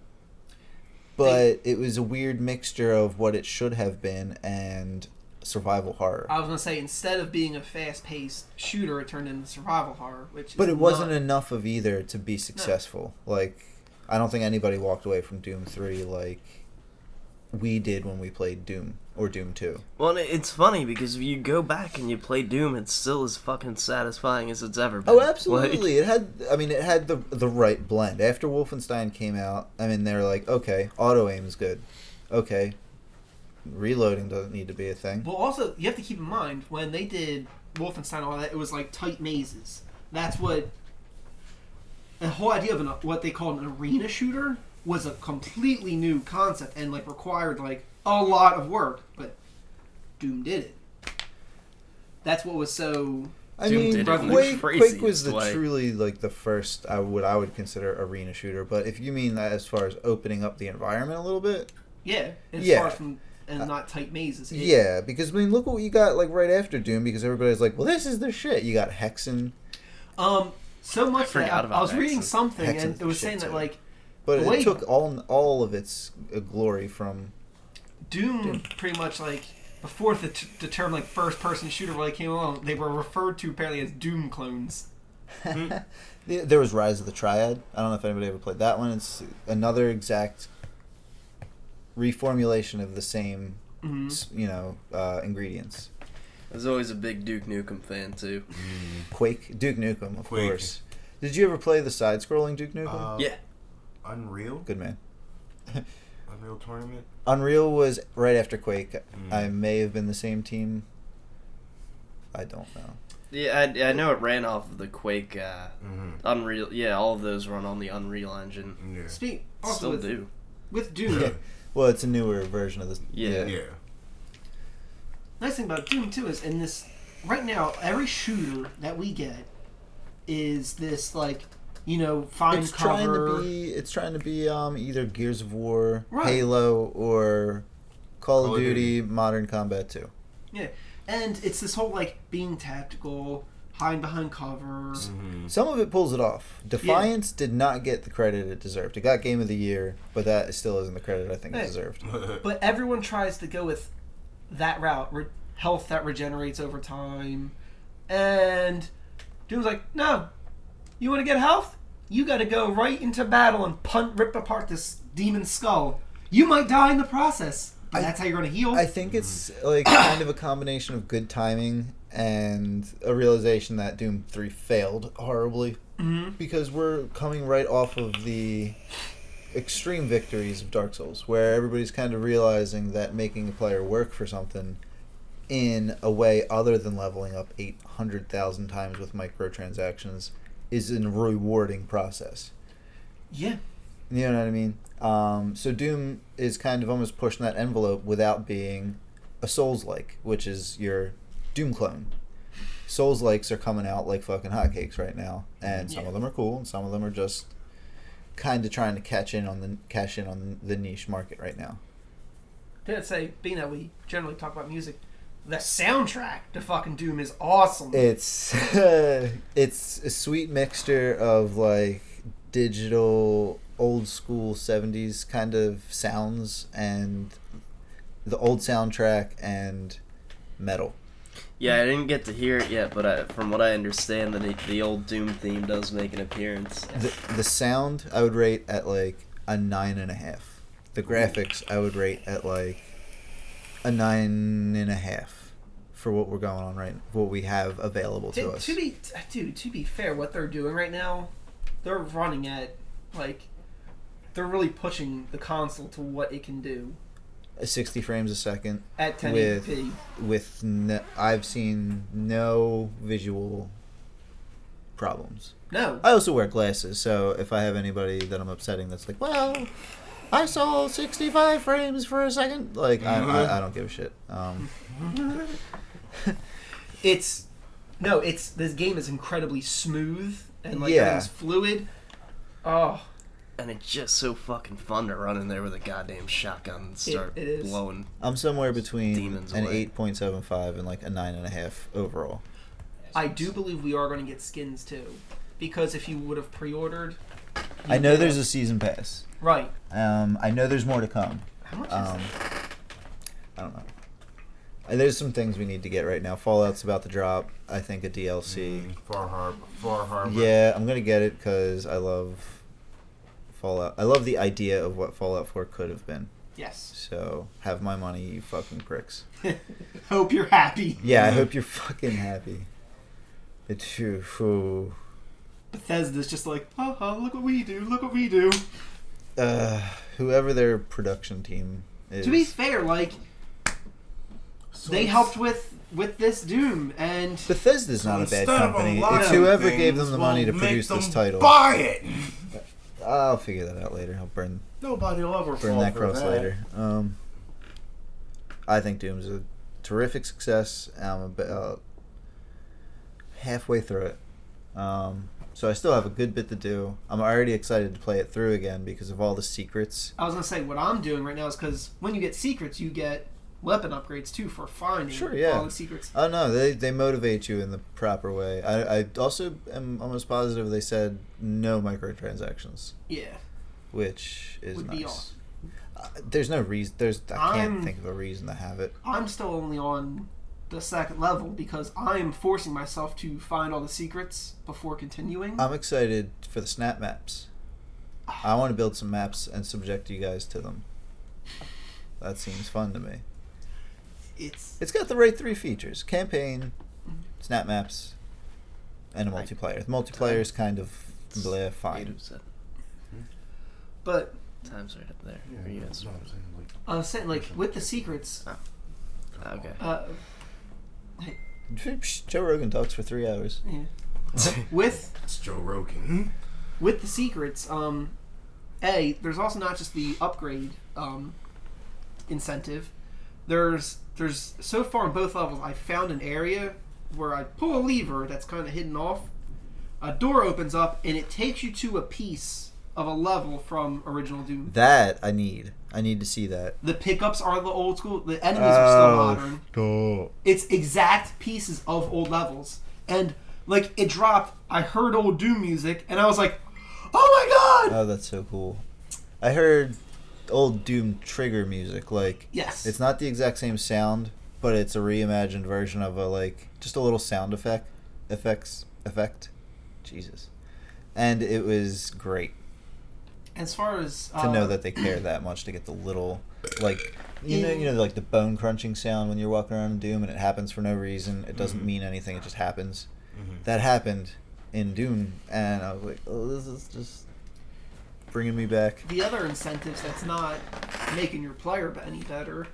but it was a weird mixture of what it should have been and survival horror I was gonna say instead of being a fast-paced shooter, it turned into survival horror, which. But is it wasn't not- enough of either to be successful. Like, I don't think anybody walked away from Doom 3 like we did when we played Doom or Doom 2. Well, and it- it's funny because if you go back and you play Doom, it's still as fucking satisfying as it's ever been. Oh, Like, absolutely. it had I mean, it had the the right blend. After Wolfenstein came out, I mean, they were like, "Okay, auto aim is good. Okay. Reloading doesn't need to be a thing." Well, also you have to keep in mind when they did Wolfenstein and all that, it was like tight mazes. That's what the whole idea of an, what they called an arena shooter was a completely new concept and like required like a lot of work. But Doom did it. That's what was so. I Doom mean, did it in the Quake, Quake was craziest the way. truly like the first I would I would consider arena shooter, but if you mean that as far as opening up the environment a little bit, Yeah, as Yeah. Uh, far as from and not tight mazes. It- Yeah, because I mean, look what you got like right after Doom, because everybody's like, "Well, this is the shit." You got Hexen, Um. So much that forgot I, about I was reading Hexen. something and Hexen's it was shit saying that too. like but Wait. it took all all of its uh, glory from. Doom pretty much like before the, t- the term like first person shooter really came along, they were referred to apparently as Doom clones. Th- There was Rise of the Triad. I don't know if anybody ever played that one. It's another exact reformulation of the same, Mm-hmm. s you know, uh, ingredients. I was always a big Duke Nukem fan too. Quake, Duke Nukem, of Quake. course. Did you ever play the side-scrolling Duke Nukem? Uh, Yeah. Unreal? Good man. Unreal Tournament? Unreal was right after Quake. Mm. I may have been the same team. I don't know. Yeah, I, I know it ran off of the Quake, uh, Mm-hmm. Unreal. Yeah, all of those run on the Unreal Engine. Yeah. Speak also Still with, do. with Doom. Yeah. Well, it's a newer version of this. Yeah. Yeah. Nice thing about Doom too is in this right now every shooter that we get is this like you know find It's cover. trying to be. It's trying to be um, either Gears of War, Right. Halo, or Call, Call of of Duty, Modern Combat Two. Yeah, and it's this whole like being tactical, hiding behind cover. Mm. Some of it pulls it off. Defiance did not get the credit it deserved. It got Game of the Year, but that still isn't the credit I think it Hey. deserved. But everyone tries to go with that route, re- health that regenerates over time. And Doom's like, no, you want to get health? You got to go right into battle and punt, rip apart this demon skull. You might die in the process. But that's how you're going to heal. I think it's like kind of a combination of good timing and a realization that Doom Three failed horribly because we're coming right off of the extreme victories of Dark Souls, where everybody's kind of realizing that making a player work for something in a way other than leveling up eight hundred thousand times with microtransactions is a rewarding process. yeah. You know what I mean? Um, so Doom is kind of almost pushing that envelope without being a Souls like, which is your Doom clone. Souls likes are coming out like fucking hotcakes right now, and some Yeah. of them are cool, and some of them are just kind of trying to catch in on the cash in on the niche market right now. Did it say, being that we generally talk about music, the soundtrack to fucking Doom is awesome. It's it's a sweet mixture of like digital old school 70s kind of sounds and the old soundtrack and metal. Yeah, I didn't get to hear it yet, but I, from what I understand, the the old Doom theme does make an appearance. The, the sound I would rate at like a nine and a half. The graphics I would rate at like a nine and a half for what we're going on right, what we have available to To, us. to be, uh, dude, to be fair, what they're doing right now, they're running at like, they're really pushing the console to what it can do Uh, Sixty frames a second at 1080p. With- with no, I've seen no visual problems. no, I also wear glasses, so if I have anybody that I'm upsetting that's like, well, I saw 65 frames for a second, like, I, Mm-hmm. I, I don't give a shit. Um, it's no, it's this game is incredibly smooth and like Yeah. everything's fluid. Oh, And it's just so fucking fun to run in there with a goddamn shotgun and start it is. blowing. I'm somewhere between Demons an away. 8.75 and like a 9.5 overall. I do believe we are going to get skins too, because if you would have pre-ordered, I know there's a season pass. right? Um, I know there's more to come. How much is Um, that? I don't know. Uh, There's some things we need to get right now. Fallout's about to drop. I think a DLC. Mm. Far Harbor. Far Harbor. Yeah, I'm gonna get it because I love Fallout. I love the idea of what Fallout 4 could have been. Yes. So have my money, you fucking pricks. Hope you're happy. Yeah, I hope you're fucking happy. But phew, phew. Bethesda's just like, ha ha, look what we do, look what we do. Uh, whoever their production team is. To be fair, like So they it's- helped with with this Doom, and Bethesda's not a bad instead of company. lot It's of whoever gave them things, the money to we'll make produce this them title. Buy it. I'll figure that out later. I'll burn Nobody will ever burn fall that for cross that. later. Um, I think Doom's a terrific success. I'm about halfway through it, um, so I still have a good bit to do. I'm already excited to play it through again because of all the secrets. I was gonna say what I'm doing right now is because when you get secrets, you get weapon upgrades too for finding Sure, yeah. all the secrets. I don't know. Oh, They they motivate you in the proper way. I, I also am almost positive they said no microtransactions, Yeah, which is Would nice. be awesome. Uh, there's no reason. There's I can't I'm- think of a reason to have it. I'm still only on the second level because I'm forcing myself to find all the secrets before continuing. I'm excited for the snap maps. I want to build some maps and subject you guys to them. That seems fun to me. it's It's got the right three features: campaign, snap maps, and a Right. multiplayer. The multiplayer is kind of bleh, fine. Times but right up there. Yeah, for you that's guys. what I'm saying, like, I was saying like with the secrets. Okay. Uh, Psh, Joe Rogan talks for three hours. with It's Joe Rogan. with the secrets, um, a there's also not just the upgrade um, incentive. There's there's so far on both levels. I found an area where I pull a lever that's kind of hidden off. A door opens up and it takes you to a piece of a level from original Doom. That I need. I need to see that. The pickups are the old school. The enemies are Oh. still modern. It's exact pieces of old levels. And like it dropped, I heard old Doom music and I was like, "Oh my god!" Oh, that's so cool. I heard old Doom trigger music. Like yes. it's not the exact same sound, but it's a reimagined version of a like just a little sound effect, effects effect. Jesus, and it was great as far as uh, to know that they care that much to get the little like you know you know like the bone crunching sound when you're walking around in Doom and it happens for no reason. It doesn't mean anything. It just happens. That happened in Doom, and I was like, oh, this is just bringing me back. the other incentives that's not making your player be- any better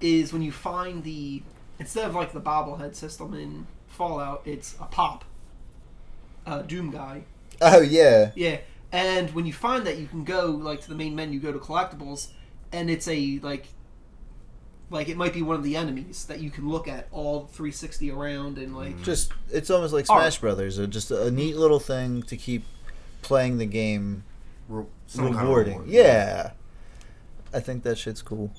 is when you find the instead of like the bobblehead system in Fallout, it's a pop, a Doom guy. Oh yeah, Yeah, and when you find that, you can go like to the main menu, go to collectibles, and it's a like. Like it might be one of the enemies that you can look at all 360 around and like just it's almost like Art. Smash Brothers, uh, just a neat little thing to keep playing the game Re- some kind of rewarding. reward. yeah. I think that shit's cool.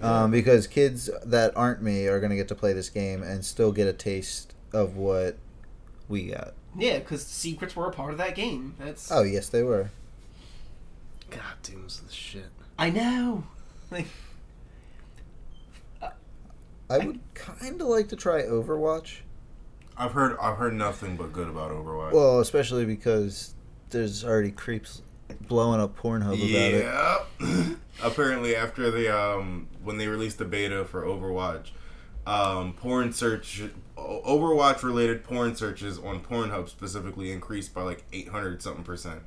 Um, because kids that aren't me are gonna get to play this game and still get a taste of what we got. yeah, because secrets were a part of that game. That's Mm-hmm. Oh yes, they were. God, Doom's the shit. I know. Like, I would kind of like to try Overwatch. I've heard I've heard nothing but good about Overwatch. Well, especially because there's already creeps blowing up Pornhub about it. yeah. Apparently, after the um, when they released the beta for Overwatch, um, porn search Overwatch related porn searches on Pornhub specifically increased by like eight hundred something percent,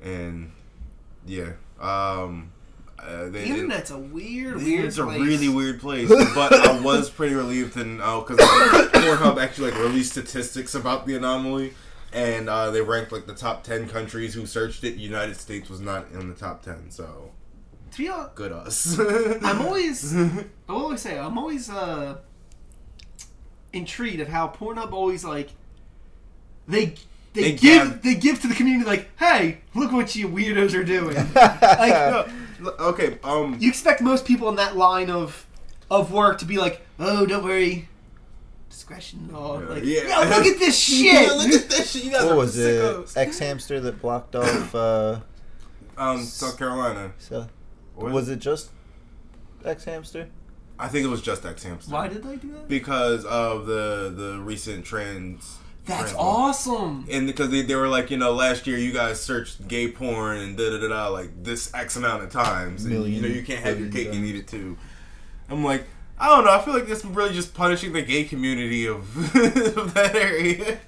and yeah, um, uh, they The didn't- internet's a weird, the weird internet's a place. really weird place, but I was pretty relieved and because Pornhub actually like released statistics about the anomaly, and uh, they ranked like the top ten countries who searched it. United States was not in the top ten, so To be honest, good us. I'm always, I will always say, I'm always uh, intrigued of how Pornhub always like they they, They give gab- they give to the community like, hey, look what you weirdos are doing. like L- okay. Um. you expect most people in that line of of work to be like, oh, don't worry, discretion. and all. Yeah. like, Yeah. yo, look at this shit. Yeah, look at that shit. You guys What are was it? sickos. Ex hamster that blocked off. Uh, Um, South Carolina. so, What? was it just ex hamster? I think it was just ex hamster. Why did they do that? Because of the the recent trends. That's trends. awesome. and because they, they were like, you know, last year you guys searched gay porn and da da da da like this X amount of times, and you Million, know you can't have your billion cake and times. eat it too. I'm like, I don't know. I feel like this is really just punishing the gay community of, of that area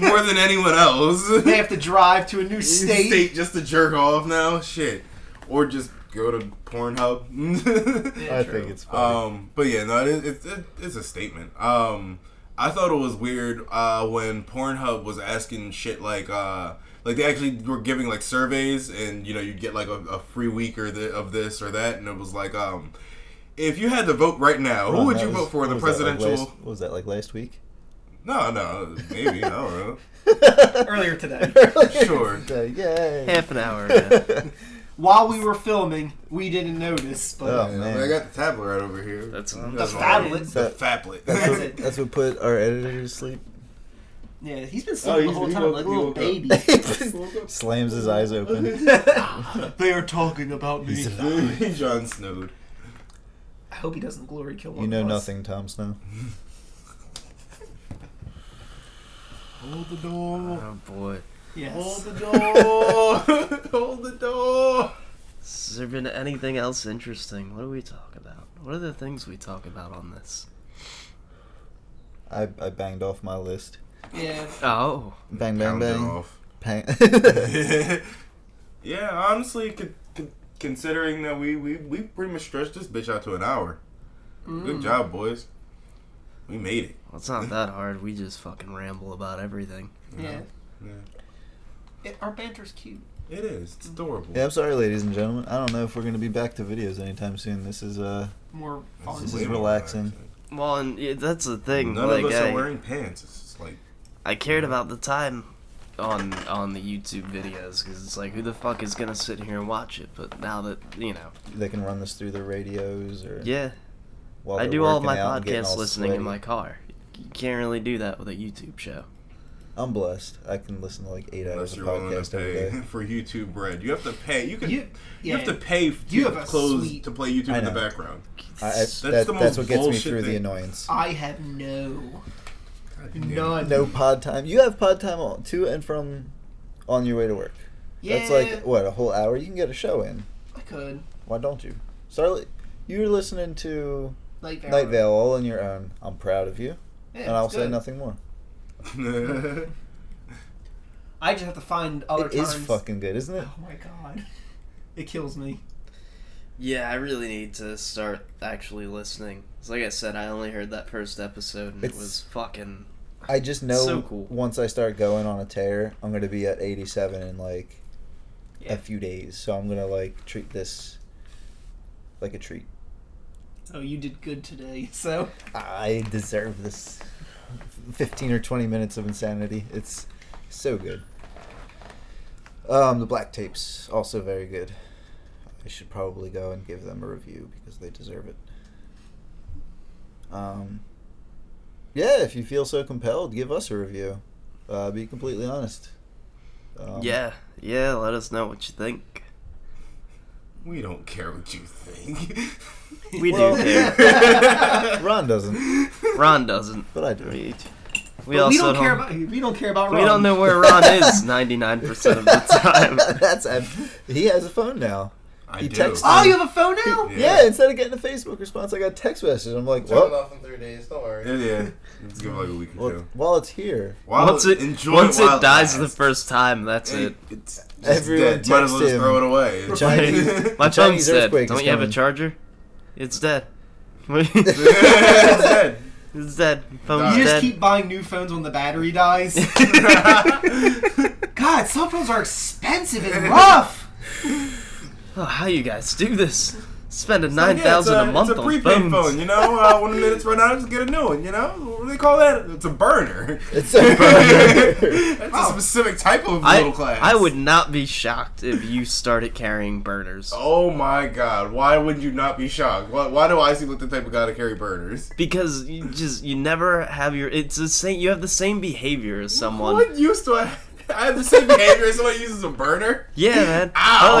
more than anyone else. They have to drive to a new state. just to jerk off now, shit, or just go to Pornhub. Yeah, I true. think it's funny. Um, but yeah, no, it, it, it, it's a statement. Um, I thought it was weird uh, when Pornhub was asking shit like, uh, like they actually were giving like surveys, and you know you'd get like a, a free week or the, of this or that, and it was like, um, if you had to vote right now, who Ron, would that you was- vote for in the what was that, like, presidential? last- what was that like last week? No, no, maybe I don't know. Earlier today. Sure. Uh, yay. Oh, Half an hour. Yeah. While we were filming, we didn't notice, but Oh, Yeah, man. I got the tablet right over here. That's- That's The all right. phablet. The That's phablet. That's, it. what, that's what put our editor to sleep. yeah, he's been Oh, sleeping he's- the whole he time woke- like a he little woke up. baby. Slams his eyes open. they are talking about me. John Snowed. I hope he doesn't glory kill one. You know of us. nothing, Tom Snow. Hold the door. oh boy. Hold Yes. the door. Hold the door. Has there been anything else interesting? What do we talk about? What are the things we talk about on this? I, I banged off my list. Yeah. Oh, Bang, bang, Pound it bang. off. Bang. yeah, honestly, con- con- considering that we, we we pretty much stretched this bitch out to an hour. Mm. Mm, Good job, boys. We made it. well, it's not that hard. We just fucking ramble about everything. Yeah. Yeah. It, our banter's cute. It is. It's adorable. yeah, I'm sorry, ladies and gentlemen. I don't know if we're going to be back to videos anytime soon. This is, uh, More It's fun. This is way more relaxing. Well, and yeah, that's the thing. None like, of us I, are wearing pants. It's just like I cared about the time on on the YouTube videos because it's like, who the fuck is gonna sit here and watch it? But now that you know, they can run this through their radios or. yeah, while I they're do all working my out and getting podcasts all listening in sweaty. my car. You can't really do that with a YouTube show. I'm blessed. I can listen to like eight hours unless of you're willing podcast to every pay day. for YouTube bread. You have to pay. You can. You, You, yeah. have to pay to You have a clothes sweet- to play YouTube I in the know. background. I, I, That's that, the that's most what gets me bullshit through the thing. annoyance. I have no. God damn. None. No pod time. You have pod time on, to and from on your way to work. Yeah. That's like what a whole hour. You can get a show in. I could. Why don't you? Start. li- You're listening to Night Vale. Night Vale all on your own. I'm proud of you, Yeah, and I'll it's say good. nothing more. I just have to find other It is times. fucking good, isn't it? Oh my god. It kills me. Yeah, I really need to start actually listening. 'Cause like I said, I only heard that first episode and it It's- was fucking. I just know So cool. once I start going on a tear, I'm gonna be at 87 in like Yeah. a few days. So I'm gonna like treat this like a treat. Oh, you did good today. So I deserve this 15 or 20 minutes of insanity. It's so good. Um, the black tapes also very good. I should probably go and give them a review because they deserve it. Um, yeah, if you feel so compelled, give us a review. Uh, be completely honest. Um, yeah, yeah. Let us know what you think. We don't care what you think. We Well- do care. Ron doesn't, Ron doesn't. but I do. We, we We, also we don't care don't- about we don't care about we Ron. don't know where Ron is 99% of the time. That's ab- he has a phone now. I He do. texts- Oh, you have a phone now? Yeah. instead of getting a Facebook response, I got a text message. I'm like, Turn it well, off in three days. Don't Yeah, worry. yeah. Let's give it like a week or well, two. while it's here, While once it, enjoy once it while dies the lasts. first time, that's it. It- it's just Everyone dead. Might as texts well just throw him. it away. It's Chinese- like- My The phone's Chinese dead. earthquake is Don't you have a coming. charger? It's dead. it's dead. it's dead. Phone's Died. You just dead. keep buying new phones when the battery dies. God, some phones are expensive and rough. oh, how you guys do this? Spending Yeah, nine it's thousand a month It's a on prepaid phones. phone, you know. Uh, when the minutes run out, just get a new one. You know, what do they call that? It's a burner. it's a burner. That's a specific type of I, middle class. I would not be shocked if you started carrying burners Oh my god! Why would you not be shocked? Why, why do I seem like the type of guy to carry burners? because you just you never have your it's the same you have the same behavior as someone. What used to I, I have the same behavior as someone who uses a burner? Yeah, man. Ow. Oh,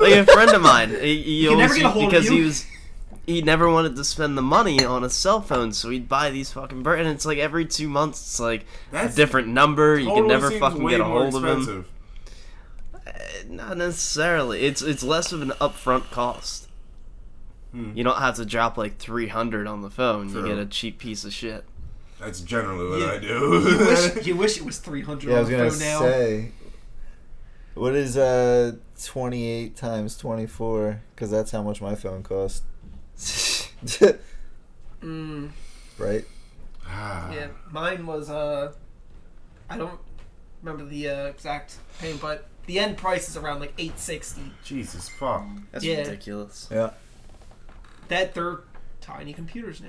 like, a, like a friend of mine. He, he can always never get a hold of because he you. was he never wanted to spend the money on a cell phone, so he'd buy these fucking bur- and it's like every two months it's like That's a different number. You can Totally never seems fucking way get a more hold of him. expensive. Not necessarily. It's it's less of an upfront cost. You don't have to drop like three hundred on the phone. Hmm. True. You get a cheap piece of shit. That's generally what Yeah. I do. You wish, you wish it was 300 yeah, I on was the gonna phone now. say, what is uh 28 times 24? Because that's how much my phone cost, Mm, right? Ah. yeah, mine was, uh, I don't remember the uh, exact payment, but the end price is around like 860 Jesus fuck. That's Yeah. ridiculous. Yeah. That they're tiny computers now.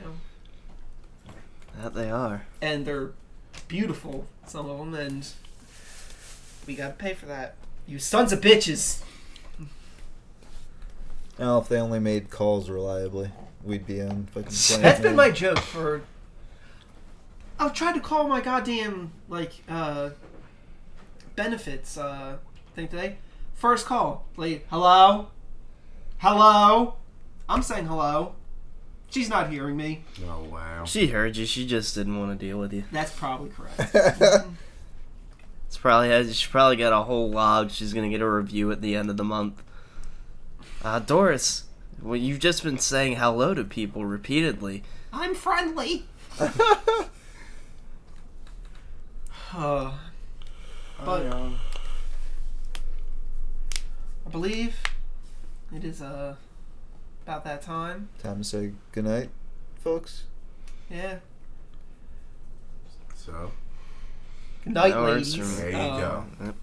That they are. and they're beautiful, some of them, and we gotta pay for that. You sons of bitches! Now, if they only made calls reliably, we'd be on fucking. planet That's been Moon. my joke for. I've tried to call my goddamn like uh benefits uh thing today. First call, like hello, hello. I'm saying hello. She's not hearing me. Oh wow. She heard you. She just didn't want to deal with you. That's probably correct. It's probably has. She probably got a whole log. She's gonna get a review at the end of the month. Uh, Doris, well, you've just been saying hello to people repeatedly. I'm friendly. uh, but I believe it is uh about that time. Time to say goodnight, folks. Yeah. So Good night, Hours ladies. from- there you Uh, go. Yep.